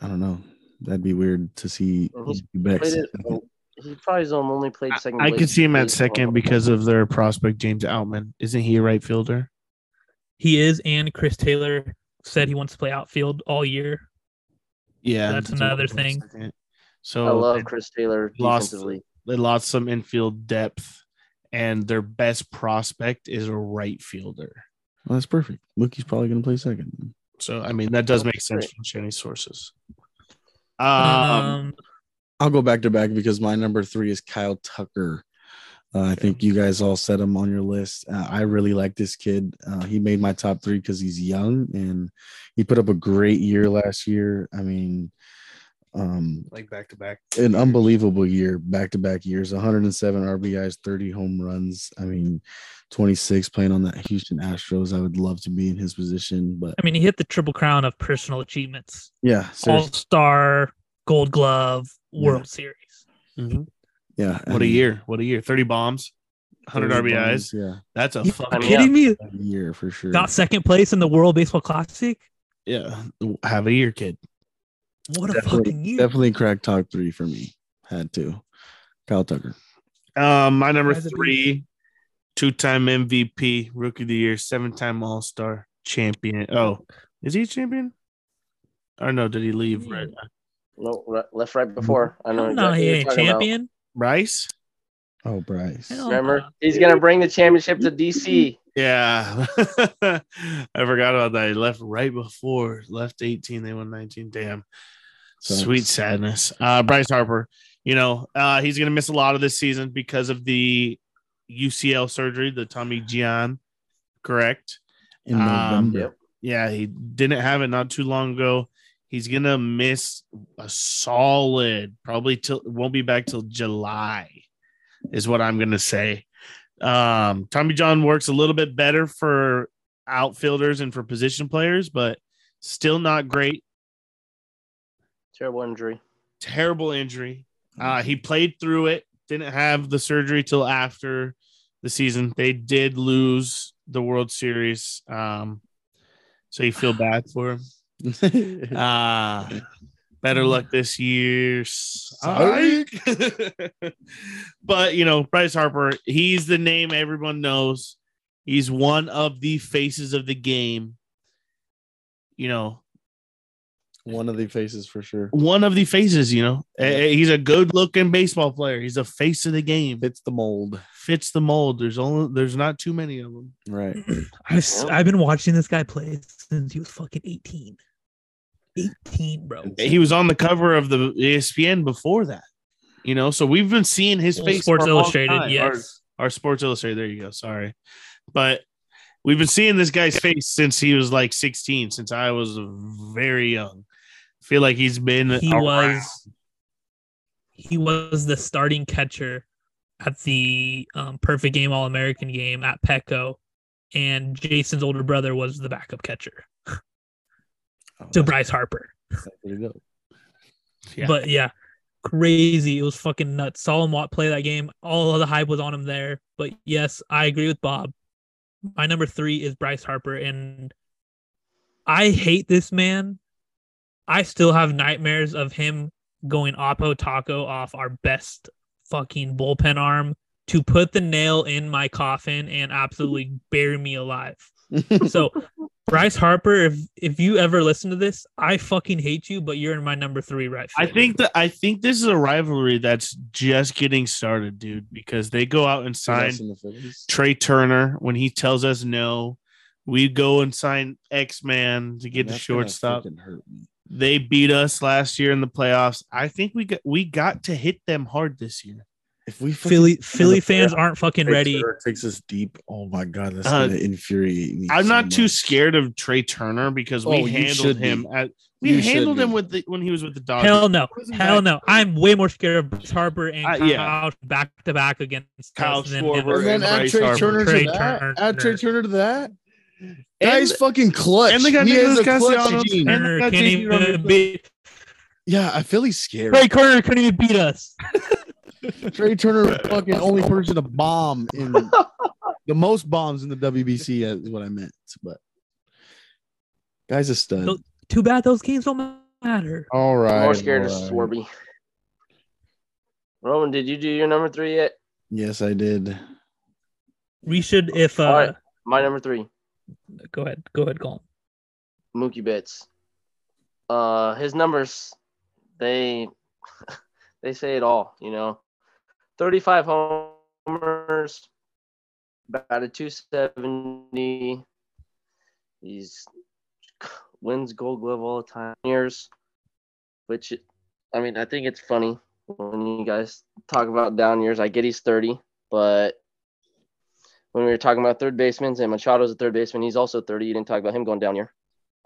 I don't know. That'd be weird to see And he's you back. Played it- He probably only played second. I, I could base- see him at base second ball. because of their prospect James Outman. Isn't he a right fielder? He is, and Chris Taylor said he wants to play outfield all year. Yeah, That's another thing. So I love Chris Taylor lost- defensively. they lost some infield depth, and their best prospect is a right fielder. Well, that's perfect. Mookie's probably gonna play second. So I mean that does make sense from Chinese sources. Um, um I'll go back to back because my number three is Kyle Tucker. Uh, I think you guys all set him on your list. Uh, I really like this kid. Uh, he made my top three because he's young and he put up a great year last year. I mean, um, like back to back. an unbelievable year, back to back years 107 RBIs, 30 home runs. I mean, 26 playing on that Houston Astros. I would love to be in his position, but I mean, he hit the triple crown of personal achievements: yeah, All seriously. Star, Gold Glove, World Series. Mm-hmm. Yeah. I What a mean, year! What a year! Thirty bombs, hundred 30 RBIs. bombs, Yeah. That's a You fucking mean, kidding me? a year for sure. Got second place in the World Baseball Classic. yeah. Have a year, kid. What a Definitely- fucking year! Definitely crack top three for me. Had to. Kyle Tucker. Um, my number Guy's a beast. three, two-time MVP, Rookie of the Year, seven-time All Star champion. Oh, is he a champion? Or no, did he leave? Right, No, right, left right before. I know. no, he who you're ain't talking about. champion. Bryce. Oh, Bryce. Hell Remember, he's gonna bring the championship to DC. Yeah, I forgot about that. He left right before left 18. They won 19. Damn, Sucks. sweet sadness. Uh, Bryce Harper, you know, uh, he's gonna miss a lot of this season because of the UCL surgery, the Tommy Gian, correct? In Um, November. yep. Yeah, he didn't have it not too long ago. He's gonna miss a solid, probably till won't be back till July, is what I'm gonna say. Um, Tommy John works a little bit better for outfielders and for position players, but still not great. Terrible injury. Terrible injury. Uh, he played through it, didn't have the surgery till after the season. They did lose the World Series. Um, so you feel bad for him. Ah, better luck this year. Psych. but you know, Bryce Harper, he's the name everyone knows. He's one of the faces of the game. You know, One of the faces for sure. one of the faces. You know, Eh, eh, he's a good-looking baseball player. He's a face of the game. Fits the mold. Fits the mold. There's only there's not too many of them. Right. I've s- I've been watching this guy play since he was fucking 18. 18, bro. He was on the cover of the E ESPN before that. You know, so we've been seeing his Well, face. Sports for a long Illustrated, time, or- yes. our Sports Illustrated. There you go. Sorry, but we've been seeing this guy's face since he was like 16. Since I was very young, feel like he's been. He around. was he was the starting catcher at the um, perfect game all American game at Petco, and Jason's older brother was the backup catcher Oh, to that's Bryce Harper. pretty dope. Yeah. But yeah, crazy. It was fucking nuts. Saw him wa- play that game. All of the hype was on him there. But yes, I agree with Bob. My number three is Bryce Harper, and I hate this man. I still have nightmares of him going Oppo Taco off our best fucking bullpen arm to put the nail in my coffin and absolutely bury me alive. So Bryce Harper, if if you ever listen to this, I fucking hate you, but you're in my number three right. I fielder. think that I think this is a rivalry that's just getting started, dude. Because they go out and sign Us in the Phillies. Trey Turner when he tells us no. We go and sign X Man to get the That's gonna shortstop. freaking Hurt me. They beat us last year in the playoffs. I think we got we got to hit them hard this year. If we freaking Philly Philly Yeah. fans aren't fucking Trey ready. Turner takes us deep. Oh my god, that's Uh, gonna infuriate me. I'm so not too much. scared of Trey Turner because we Oh, you handled should be. him at we You should handled him be. with the when he was with the Dodgers. Hell no, Wasn't hell that- no. I'm way more scared of Bryce Harper and Uh, Kyle yeah. back to back against Kyle us than Schwarber And him. then and add Bryce Trey Harper. Turner to Trey that. Turner. Add Trey Turner to that. And, Guy's fucking clutch. and they got he has Nicholas a clutch Castellanos gene. and- Turner that can't JD even Robertson. beat Yeah, I feel he's scary. Trey Turner couldn't even beat us. Trey Turner, fucking only person to bomb in the most bombs in the WBC uh, is what I meant. But guy's a stud. Don't- Too bad those games don't matter. All right. I'm more scared all of right. Swarby. Roman, did you do your number three yet? Yes, I did. We should if uh All right. My number three, go ahead, go ahead, Colin. Mookie Betts. Uh, his numbers, they they say it all. You know, 35 homers, batted 270. He's wins Gold Glove all the time. Years, which I mean, I think it's funny when you guys talk about down years. I get he's 30, but when we were talking about third basemen and Machado's a third baseman, he's also 30. You didn't talk about him going down year.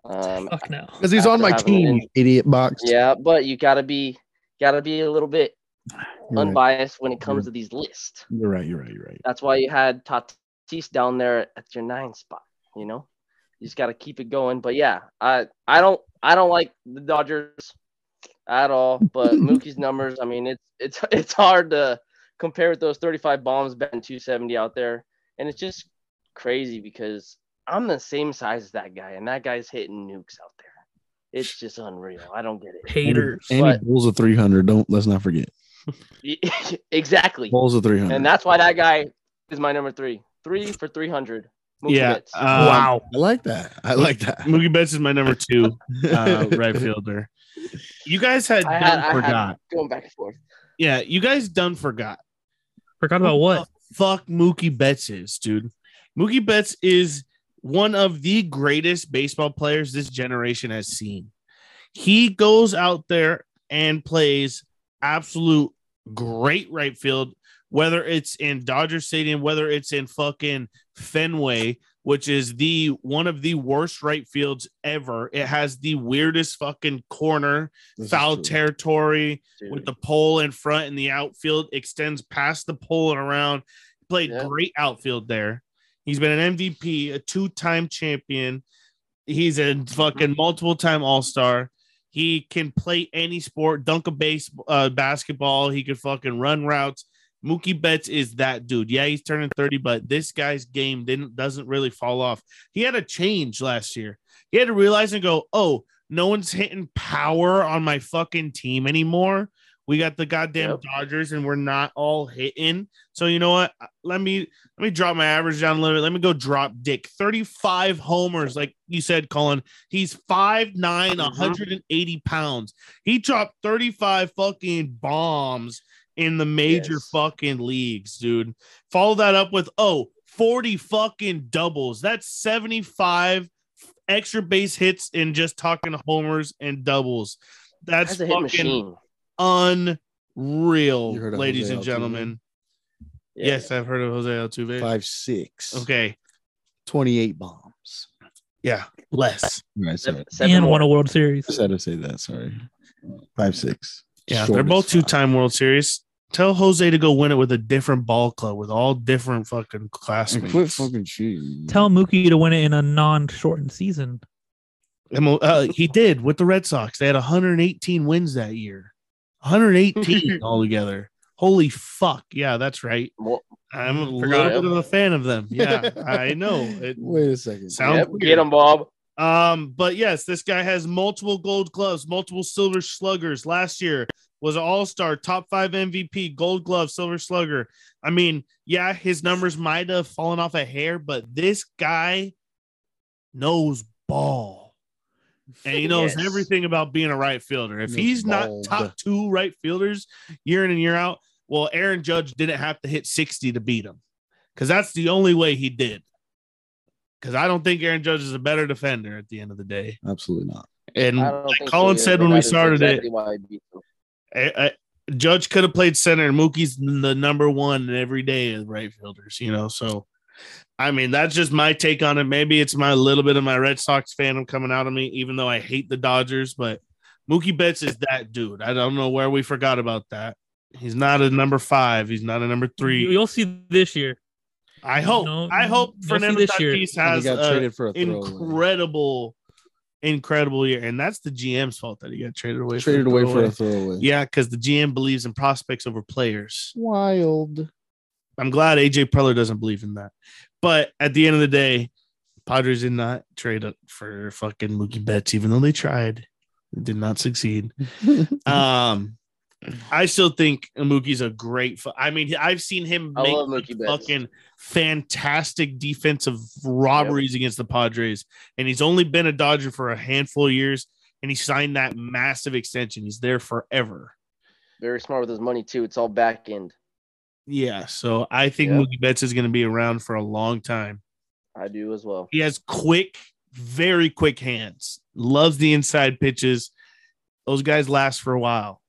Um, Fuck no. Because he's on my After having team, an you idiot box. yeah, but you gotta be gotta be a little bit You're right. unbiased when it comes to these lists. You're right. You're right. You're right. That's why you had Tatis down there at your nine spot. You know, you just gotta keep it going. But yeah, I I don't I don't like the Dodgers at all. But Mookie's numbers, I mean, it's it's it's hard to compare with those 35 bombs batting 270 out there, and it's just crazy because I'm the same size as that guy, and that guy's hitting nukes out there. It's just unreal. I don't get it. Haters. And he But- bowls a 300. Don't let's not forget. exactly. Bowls a 300. Mm-hmm. And that's why that guy is my number three. Three for 300. Mookie yeah. Betts. um, wow. I like that. I like that. Mookie Betts is my number two uh, right fielder. You guys had, I had, done I forgot. had going back and forth. Yeah, you guys done forgot. Forgot about what? Fuck Mookie Betts is, dude. Mookie Betts is one of the greatest baseball players this generation has seen. He goes out there and plays absolute great right field, whether it's in Dodger Stadium, whether it's in fucking Fenway, which is the one of the worst right fields ever. It has the weirdest fucking corner, This is foul true. territory Dude. with the pole in front and the outfield extends past the pole and around. He played Yeah. great outfield there. He's been an MVP, a two-time champion. He's a fucking multiple-time All-Star. He can play any sport, dunk a base uh, basketball. He could fucking run routes. Mookie Betts is that dude. Yeah, he's turning 30, but this guy's game didn't doesn't really fall off. He had a change last year. He had to realize and go, oh, no one's hitting power on my fucking team anymore. We got the goddamn Yep. Dodgers, and we're not all hitting. So you know what? Let me let me drop my average down a little bit. Let me go drop Dick. Thirty-five homers, like you said, Colin. He's 5'9", 180 pounds. He dropped thirty-five fucking bombs in the major Yes. fucking leagues, dude. Follow that up with oh, 40 fucking doubles. That's 75 extra base hits and just talking homers and doubles. That's That's a hit fucking machine. unreal, You heard of ladies Jose and Altuve? gentlemen. Yeah. Yes, I've heard of Jose Altuve. Five six. Okay, 28 bombs. yeah, less. Right, Seven, sorry. seven And more. won a World Series. I just had to say that. Sorry. Five six. Yeah, Short they're as both fuck. two-time World Series. Tell Jose to go win it with a different ball club with all different fucking And classmates. quit fucking shooting. Tell Mookie to win it in a non-shortened season. Mo- uh, he did with the Red Sox. They had 118 wins that year, 118 altogether. Holy fuck! Yeah, that's right. Well, I'm a little Forgot. bit of a fan of them. Yeah, I know. It Wait a second. sounds yep, weird. get him, Bob. Um, but yes, this guy has multiple gold gloves, multiple silver sluggers. Last year was an all-star, top five MVP, gold glove, silver slugger. I mean, yeah, his numbers might have fallen off a hair, but this guy knows ball. And he knows Yes. everything about being a right fielder. If Knows he's ball. not top two right fielders year in and year out, well, Aaron Judge didn't have to hit 60 to beat him. Because that's the only way he did. Because I don't think Aaron Judge is a better defender at the end of the day. Absolutely not. And I I- don't think Mm, Colin he is, said but when we that is started it- exactly why I beat him. I- Judge could have played center, and Mookie's the number one every day of right fielders, you know. So, I mean, that's just my take on it. Maybe it's my little bit of my Red Sox fandom coming out of me, even though I hate the Dodgers. But Mookie Betts is that dude. I don't know where we forgot about that. He's not a number five. He's not a number You- three. You'll see this year. I hope. No, I hope you'll see Fernando this year. Tatis And has he got a traded for a throwaway. incredible, incredible year, and that's the GM's fault that he got traded away. Traded for away throwaway. for a throwaway. Yeah, because the GM believes in prospects over players. Wild. I'm glad AJ Preller doesn't believe in that. But at the end of the day, Padres did not trade up for fucking Mookie Betts, even though they tried. It did not succeed. um, I still think Mookie's a great. Fu- I mean, I've seen him I make love Mookie Betts. fucking fantastic defensive robberies against the Padres, and he's only been a Dodger for a handful of years, and he signed that massive extension. He's there forever. Very smart with his money too. It's all back end. Yeah, so I think Yeah. Mookie Betts is going to be around for a long time. I do as well. He has quick, very quick hands. Loves the inside pitches. Those guys last for a while.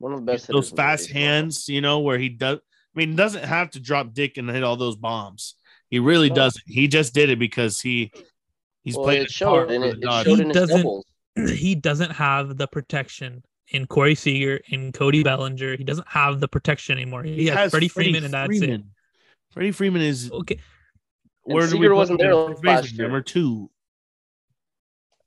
One of the best. hitters Those in the fast baseball. hands, you know, where he does. I mean, doesn't have to drop dick and hit all those bombs. He really No. doesn't. He just did it because he he's well, playing. it showed, and it, it showed He in his doesn't- doubles. he doesn't have the protection in Corey Seager in Cody Bellinger. He doesn't have the protection anymore. He, has, Freddie Freeman, and that's it. Freddie Freeman is it. Okay, And where do we Seager put wasn't him? there First baseman, last year. Number two.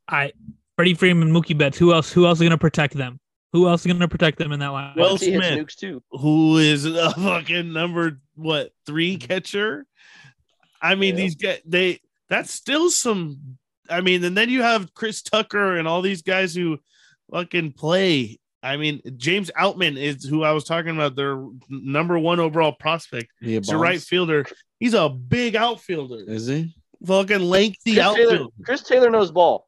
I Freddie Freeman, Mookie Betts. Who else? Who else is gonna protect them? Who else is gonna protect them in that line? Well, Will he hits Smith. nukes too. who is a fucking number what three catcher. I mean, Mm-hmm. Yeah. these guys they that's still some. I mean, and then you have Chris Tucker and all these guys who fucking play I mean, James Outman is who I was talking about, their number one overall prospect. He a He's a right bombs? fielder. He's a big outfielder. Is he? Fucking lengthy Chris Taylor, outfielder. Chris Taylor knows ball.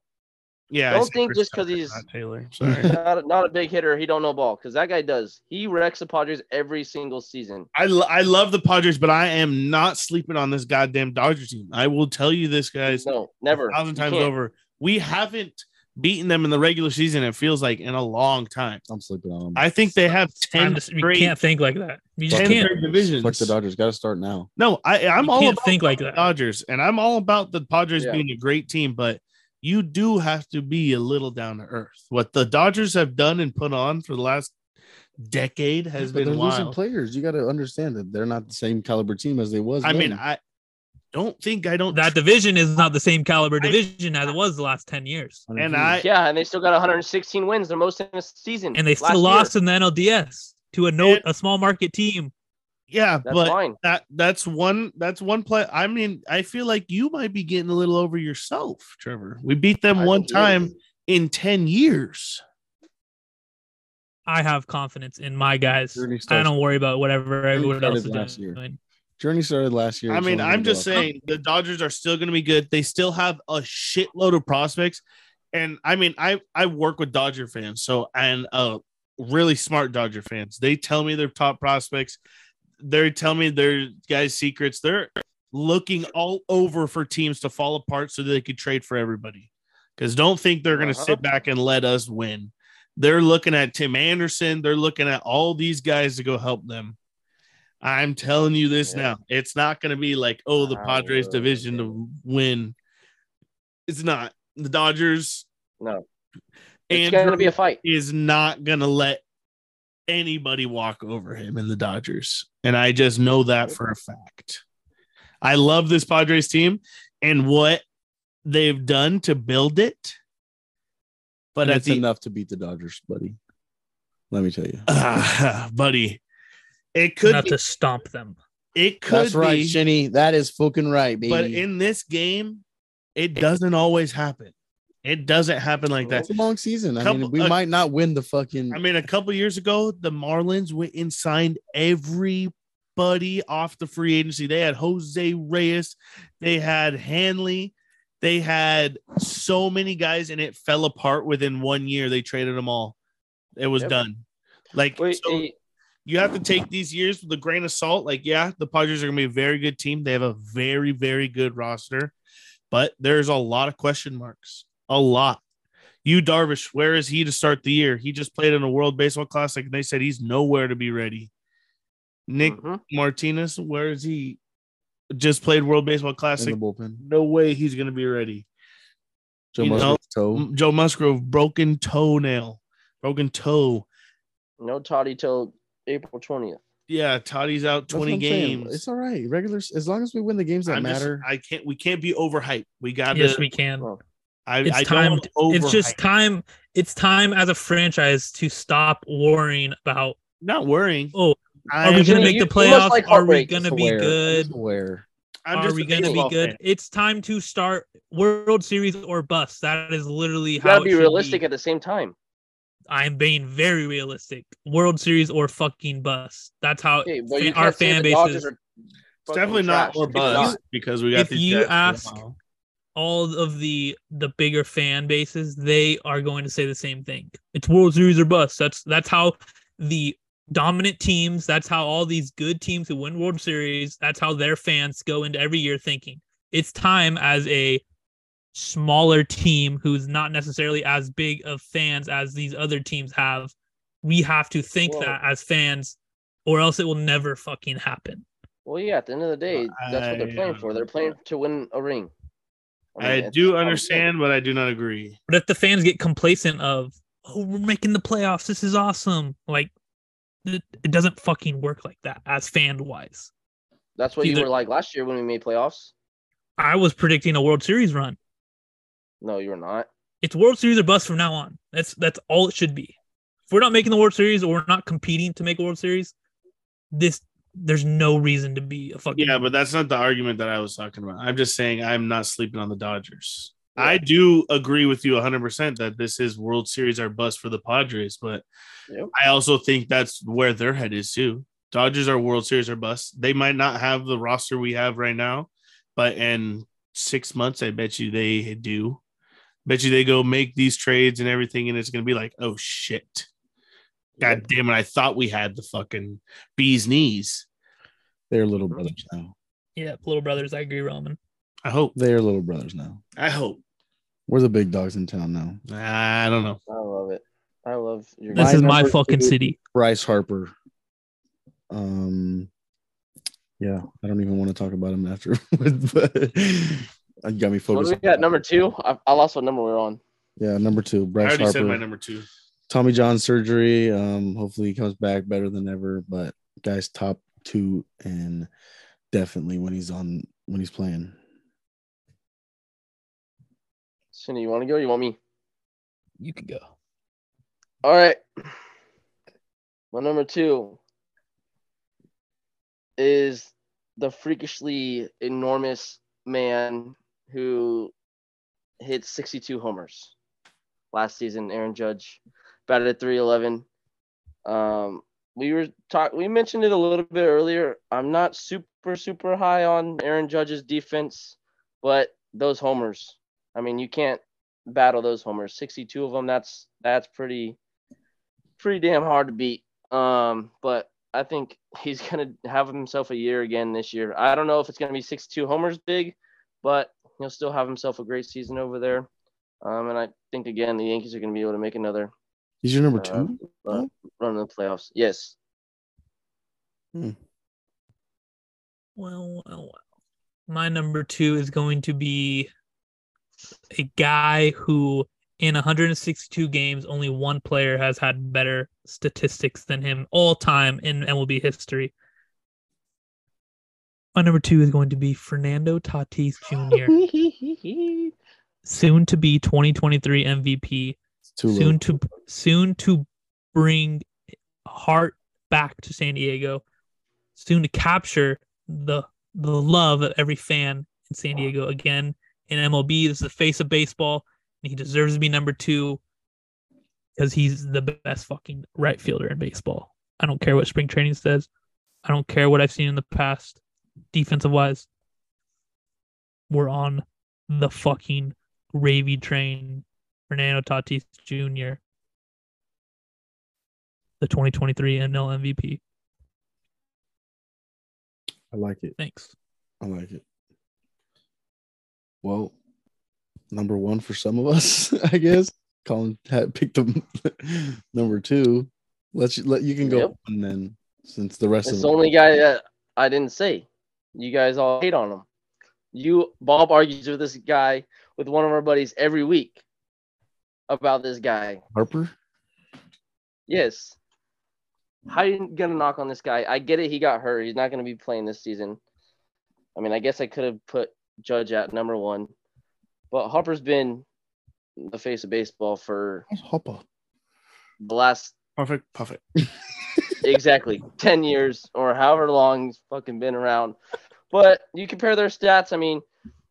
Yeah. I Don't said think Chris just 'cause Taylor, he's- not Taylor. Sorry. Not a, not a big hitter. He don't know ball because that guy does. He wrecks the Padres every single season. I, lo- I love the Padres, but I am not sleeping on this goddamn Dodgers team. I will tell you this, guys, No, never. a thousand You times can't. over. We haven't beaten them in the regular season. It feels like in a long time. I'm sleeping on him. I think they have Time ten to- you straight, can't think like that. You just ten can't. straight divisions. Fuck the Dodgers. Got to start now. No, I, I'm you all can't about think like the that. Dodgers, and I'm all about the Padres Yeah. being a great team, but you do have to be a little down to earth. What the Dodgers have done and put on for the last decade has But they're been losing wild. players. You got to understand that they're not the same caliber team as they was. I mean, then. I don't think I don't That division is not the same caliber division as it was the last 10 years. and I Yeah, and they still got 116 wins, their most in a season. And they last still lost Year. in the NLDS to a note, a small market team. yeah, That's but fine. that that's one that's one play. I mean, I feel like you might be getting a little over yourself, Trevor. We beat them I one think he time is. in 10 years. I have confidence in my guys. Journey I starts- don't worry about whatever everyone started else is last doing. Journey started last year. I It's mean, only I'm gonna go just up. saying the Dodgers are still going to be good. They still have a shitload of prospects, and I mean, I I work with Dodger fans, so and uh, really smart Dodger fans. They tell me their top prospects. They tell me their guys' secrets. They're looking all over for teams to fall apart so they could trade for everybody. Because don't think they're going to Uh-huh. sit back and let us win. They're looking at Tim Anderson. They're looking at all these guys to go help them. I'm telling you this Yeah. now. It's not going to be like, oh, the Padres Power division to win. It's not. The Dodgers No, and it's going to be a fight. is not going to let anybody walk over him in the Dodgers. And I just know that for a fact. I love this Padres team and what they've done to build it. But And at it's the enough to beat the Dodgers, buddy. Let me tell you. Ah, buddy, it could Not be, to stomp them. it could That's right, be, Shinny. That is fucking right, baby. but in this game, it doesn't always happen. It doesn't happen like that. it's a long season. I Couple- mean, we uh, might not win the fucking. I mean, a couple years ago, the Marlins went and signed everybody off the free agency. They had Jose Reyes, they had Hanley, they had so many guys, and it fell apart within one year. They traded them all. It was Yep. done. Like Wait, so eh, you have to take these years with a grain of salt. Like, yeah, the Padres are gonna be a very good team. They have a very, very good roster, but there's a lot of question marks. A lot. You Darvish, where is he to start the year? He just played in a World Baseball Classic, and they said he's nowhere to be ready. Nick mhm. Hmm. Martinez, where is he? Just played World Baseball in the Classic. bullpen. No way he's gonna be ready. Joe You know, Musgrove's toe. M- Joe Musgrove, broken toenail, broken toe. No toddy till April 20th. Yeah, Toddy's out That's what 20 I'm saying. games. It's all right. Regular, as long as we win the games that I'm just- matter. I can't. We can't be overhyped. We got Yes, to. we can. I, It's I time. Don't wanna It's just overhype. time. It's time as a franchise to stop worrying about not worrying. Oh, I are we am- going to Jimmy, make the you- you must playoffs? like are we heartbreak. going to Just be aware. good? Just aware. I'm are just we a going to be baseball good? fan. It's time to start World Series or bust. That is literally You how got it to be should realistic at the same time. I'm being very realistic. World Series or fucking bust. That's how Okay, but fa- you our can't say fan the base Dodgers is. are It's fucking definitely not trash. or It's bust not. because we got if these you guys for a ask- while. All of the the bigger fan bases, they are going to say the same thing. It's World Series or bust. That's that's how the dominant teams. That's how all these good teams who win World Series. That's how their fans go into every year thinking it's time as a smaller team who's not necessarily as big of fans as these other teams have. We have to think Well- that as fans, or else it will never fucking happen. Well, yeah, at the end of the day, that's what I, they're playing uh, for. They're playing to win a ring. mean, I it's do common understand, but I do not agree. But if the fans get complacent of, oh, we're making the playoffs, this is awesome, like it, it doesn't fucking work like that as fan wise. sense. That's what you Either- were like last year when we made playoffs. I was predicting a World Series run. No, you were not. It's World Series or bust from now on. That's that's all it should be. If we're not making the World Series or we're not competing to make a World Series, this there's no reason to be a fucking Yeah, but that's not the argument that I was talking about. I'm just saying I'm not sleeping on the Dodgers. I do agree with you 100% that this is World Series are bust for the Padres, but Yep. I also think that's where their head is too. Dodgers are World Series are bust. They might not have the roster we have right now, but in six months, I bet you they do. Bet you they go make these trades and everything, and it's going to be like, oh shit. God damn it. I thought we had the fucking bee's knees. They're little brothers now. Yeah, little brothers. I agree, Roman. I hope. They're little brothers now. I hope. We're the big dogs in town now. I don't know. I love it. I love your. This My is my number fucking two- city. Bryce Harper. Um, yeah, I don't even want to talk about him after, but I got me what focused. do we got? Number two. I, I lost what number we we're on. Yeah, number two, I Bryce already Harper. said my number two. Tommy John surgery. Um, hopefully he comes back better than ever. But guys, top two and definitely when he's on when he's playing. Cindy, you want to go? Or you want me? You can go. All right. My number two is the freakishly enormous man who hit 62 homers last season. Aaron Judge batted at 311. Um, we were talk. We mentioned it a little bit earlier. I'm not super super high on Aaron Judge's defense, but those homers. I mean, you can't battle those homers. 62 of them. That's that's pretty pretty damn hard to beat. Um, but I think he's gonna have himself a year again this year. I don't know if it's gonna be 62 homers big, but he'll still have himself a great season over there. Um, and I think again the Yankees are gonna be able to make another He's your number Uh, two. run, run in the playoffs. Yes. Well, well, well. My number two is going to be a guy who, in 162 games, only one player has had better statistics than him all time in MLB history. My number two is going to be Fernando Tatis Jr., soon to be 2023 MVP, It's too low. soon to soon to bring Hart back to San Diego, soon to capture the the love of every fan in San Diego again in MLB. This is the face of baseball, and he deserves to be number two because he's the best fucking right fielder in baseball. I don't care what spring training says. I don't care what I've seen in the past, defensive wise. We're on the fucking gravy train. Fernando Tatis Jr., the 2023 NL MVP. I like it. Thanks. I like it. Well, number one for some of us, I guess. Colin had picked them number two. Let's let you can go Yep. one then, since the rest It's of the them. only guy that I didn't say. You guys all hate on him. You Bob argues with this guy with one of our buddies every week about this guy. Harper. Yes. How you gonna knock on this guy? I get it. He got hurt. He's not gonna be playing this season. I mean, I guess I could have put Judge at number one, but Harper's been the face of baseball for Hopper. the last Perfect. Perfect. exactly 10 years or however long he's fucking been around but you compare their stats i mean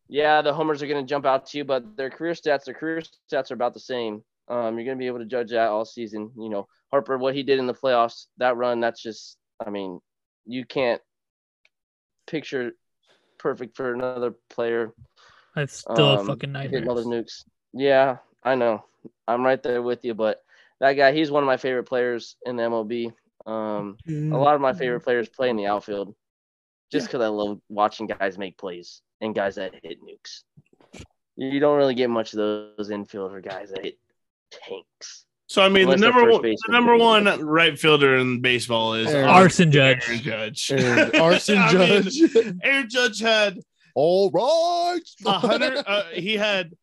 yeah the homers are going to jump out to you but their career stats their career stats are about the same um, you're going to be able to judge that all season you know harper what he did in the playoffs that run that's just i mean you can't picture perfect for another player That's still a Um, fucking hitting nightmare. all those nukes. Yeah, I know. I'm right there with you, but that guy, he's one of my favorite players in the MLB. Um, a lot of my favorite players play in the outfield just because I love watching guys make plays and guys that hit nukes. You don't really get much of those infielder guys that hit tanks. So I mean, Unless the they're number first one, the baseman. number one right fielder in baseball is Aaron- Arson Aaron Judge. Judge. Aaron- Arson I mean, Judge. Aaron Judge had All right. a hundred. Uh, he had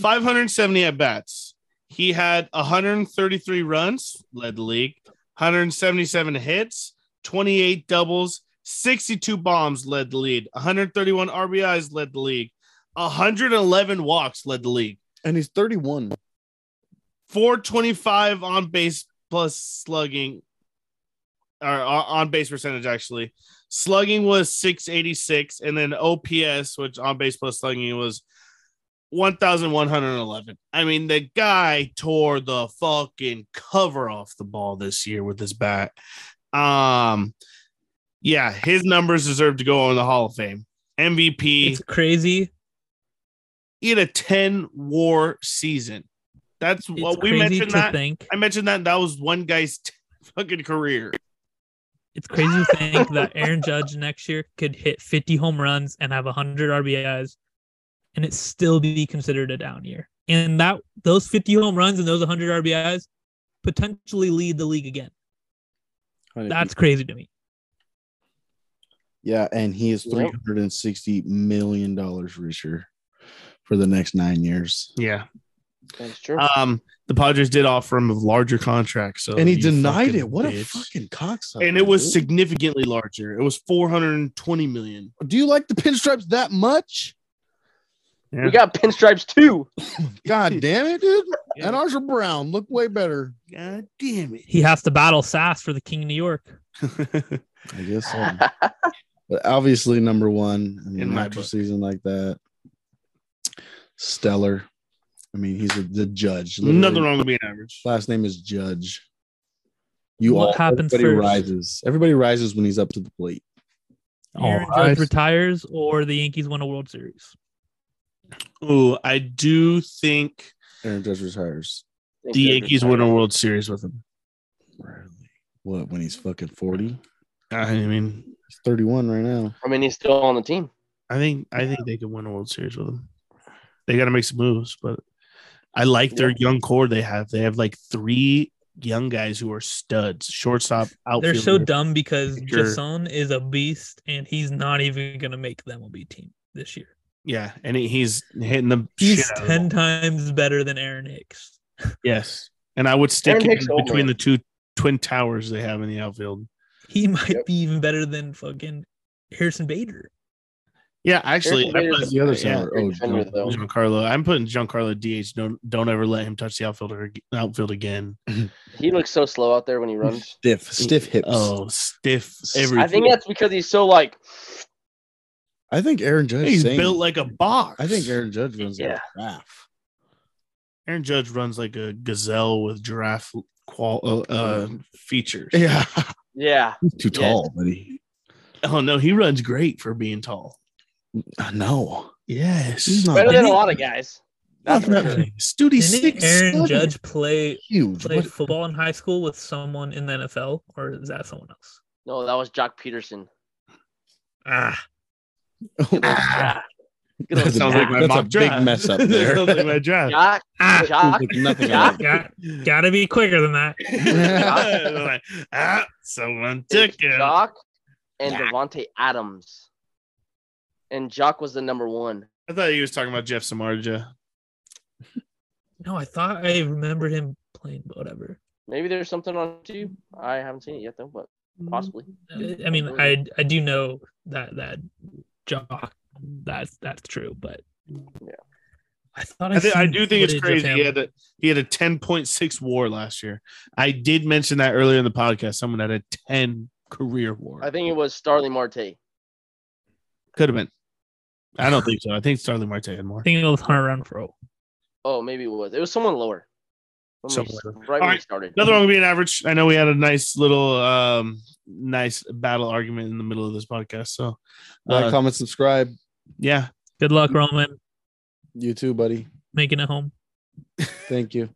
570 at bats. He had 133 runs, led the league. 177 hits, 28 doubles, 62 bombs, led the lead. 131 RBIs, led the league. 111 walks, led the league. and he's 31. 425 on base plus slugging or on base percentage actually slugging was 686 and then ops which on base plus slugging was 1,111. I mean, the guy tore the fucking cover off the ball this year with his bat. Um, yeah, his numbers deserve to go on the Hall of Fame. MVP, It's crazy. he had a 10 war season. That's It's what we crazy mentioned to that. think. I mentioned that that was one guy's t- fucking career. It's crazy to think that Aaron Judge next year could hit 50 home runs and have 100 RBIs, and it still be considered a down year. And that those 50 home runs and those 100 RBIs potentially lead the league again. That's crazy to me. yeah, and he is three Yep. hundred and sixty million dollars richer for the next nine years. Yeah. That's true. Um, the Padres did offer him a larger contract, so and he Oh, you denied fucking it. What a bitch. fucking cocksucker! And it was dude. significantly larger. It was 420 million. Do you like the pinstripes that much? we got pinstripes too. God damn it, dude! Yeah. And ours are brown. Look way better. God damn it. He has to battle Sass for the King of New York. I guess. So. but obviously number one. I mean, In my after a book. season like that, stellar. I mean, he's a, the judge. Nothing Literally, wrong with being average. Last name is Judge. You What all happens everybody first? rises. Everybody rises when he's up to the plate. Aaron All right. Judge retires, or the Yankees win a World Series. Ooh, I do think Aaron Judge retires. the Yankees win a World Series with him. What when he's fucking forty? I mean, He's thirty-one right now. I mean, he's still on the team. I think I think they could win a World Series with him. They got to make some moves, but I like their young core they have. They have like three young guys who are studs, shortstop, outfielder. They're so dumb because Sure. Jason is a beast, and he's not even going to make the MLB team this year. Yeah, and he- he's hitting the shit He's out of the 10 times better than Aaron Hicks. Yes. And I would stick Aaron him Hicks between over. the two twin towers they have in the outfield. He might Yep. be even better than fucking Harrison Bader. Yeah, actually, Hicks I'm is putting, The other yeah, side. Great oh, defender, no. though. Giancarlo. I'm putting Giancarlo DH. Don't don't ever let him touch the outfielder outfield again. He looks so slow out there when he runs. stiff, stiff hips. Oh, stiff everything. I think that's because he's so like, I think Aaron Judge. he's sang- built like a box. I think Aaron Judge runs Yeah. like a giraffe. Aaron Judge runs like a gazelle with giraffe qual uh, uh, Mm-hmm. features. Yeah, yeah, he's too Yeah. tall, buddy. Oh no, he runs great for being tall. I know. Yes, He's not better than a big. lot of guys. That's for sure. Studi Didn't six. Aaron seven. Judge play huge. play What- football in high school with someone in the NFL, or is that someone else? No, that was Jock Peterson. Ah, Ah, That That's a- sounds like my that's a mock big draft. mess up That there. sounds like my draft. Jock, ah, Jock, Like nothing Jock. else. got, gotta be quicker than that. Like, ah, someone took it's him. Jock, and Jock. Devonte Adams. And Jock was the number one. I thought he was talking about Jeff Samarja. No, I thought I remembered him playing whatever. Maybe there's something on YouTube. I haven't seen it yet though, but possibly. I I mean, I I do know that that jock that's that's true, but Yeah. I thought I, I, think, I seen do think it's footage of crazy. He him. had a he had a ten point six WAR last year. I did mention that earlier in the podcast. Someone had a ten career WAR. I think it was Starling Marte. could have been. I don't think so. I think Starling Marte had more. I think it was Hunter Renfro. Oh, maybe it was. It was someone lower. When we Someone s- lower. Right when we Alright, started. Nothing wrong with being average. I know we had a nice little um nice battle argument in the middle of this podcast. So like, uh, comment, subscribe. yeah. Good luck, Mm-hmm. Roman, You too, buddy. making it home. Thank you.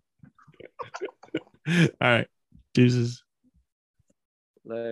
All right. Deuces. Like-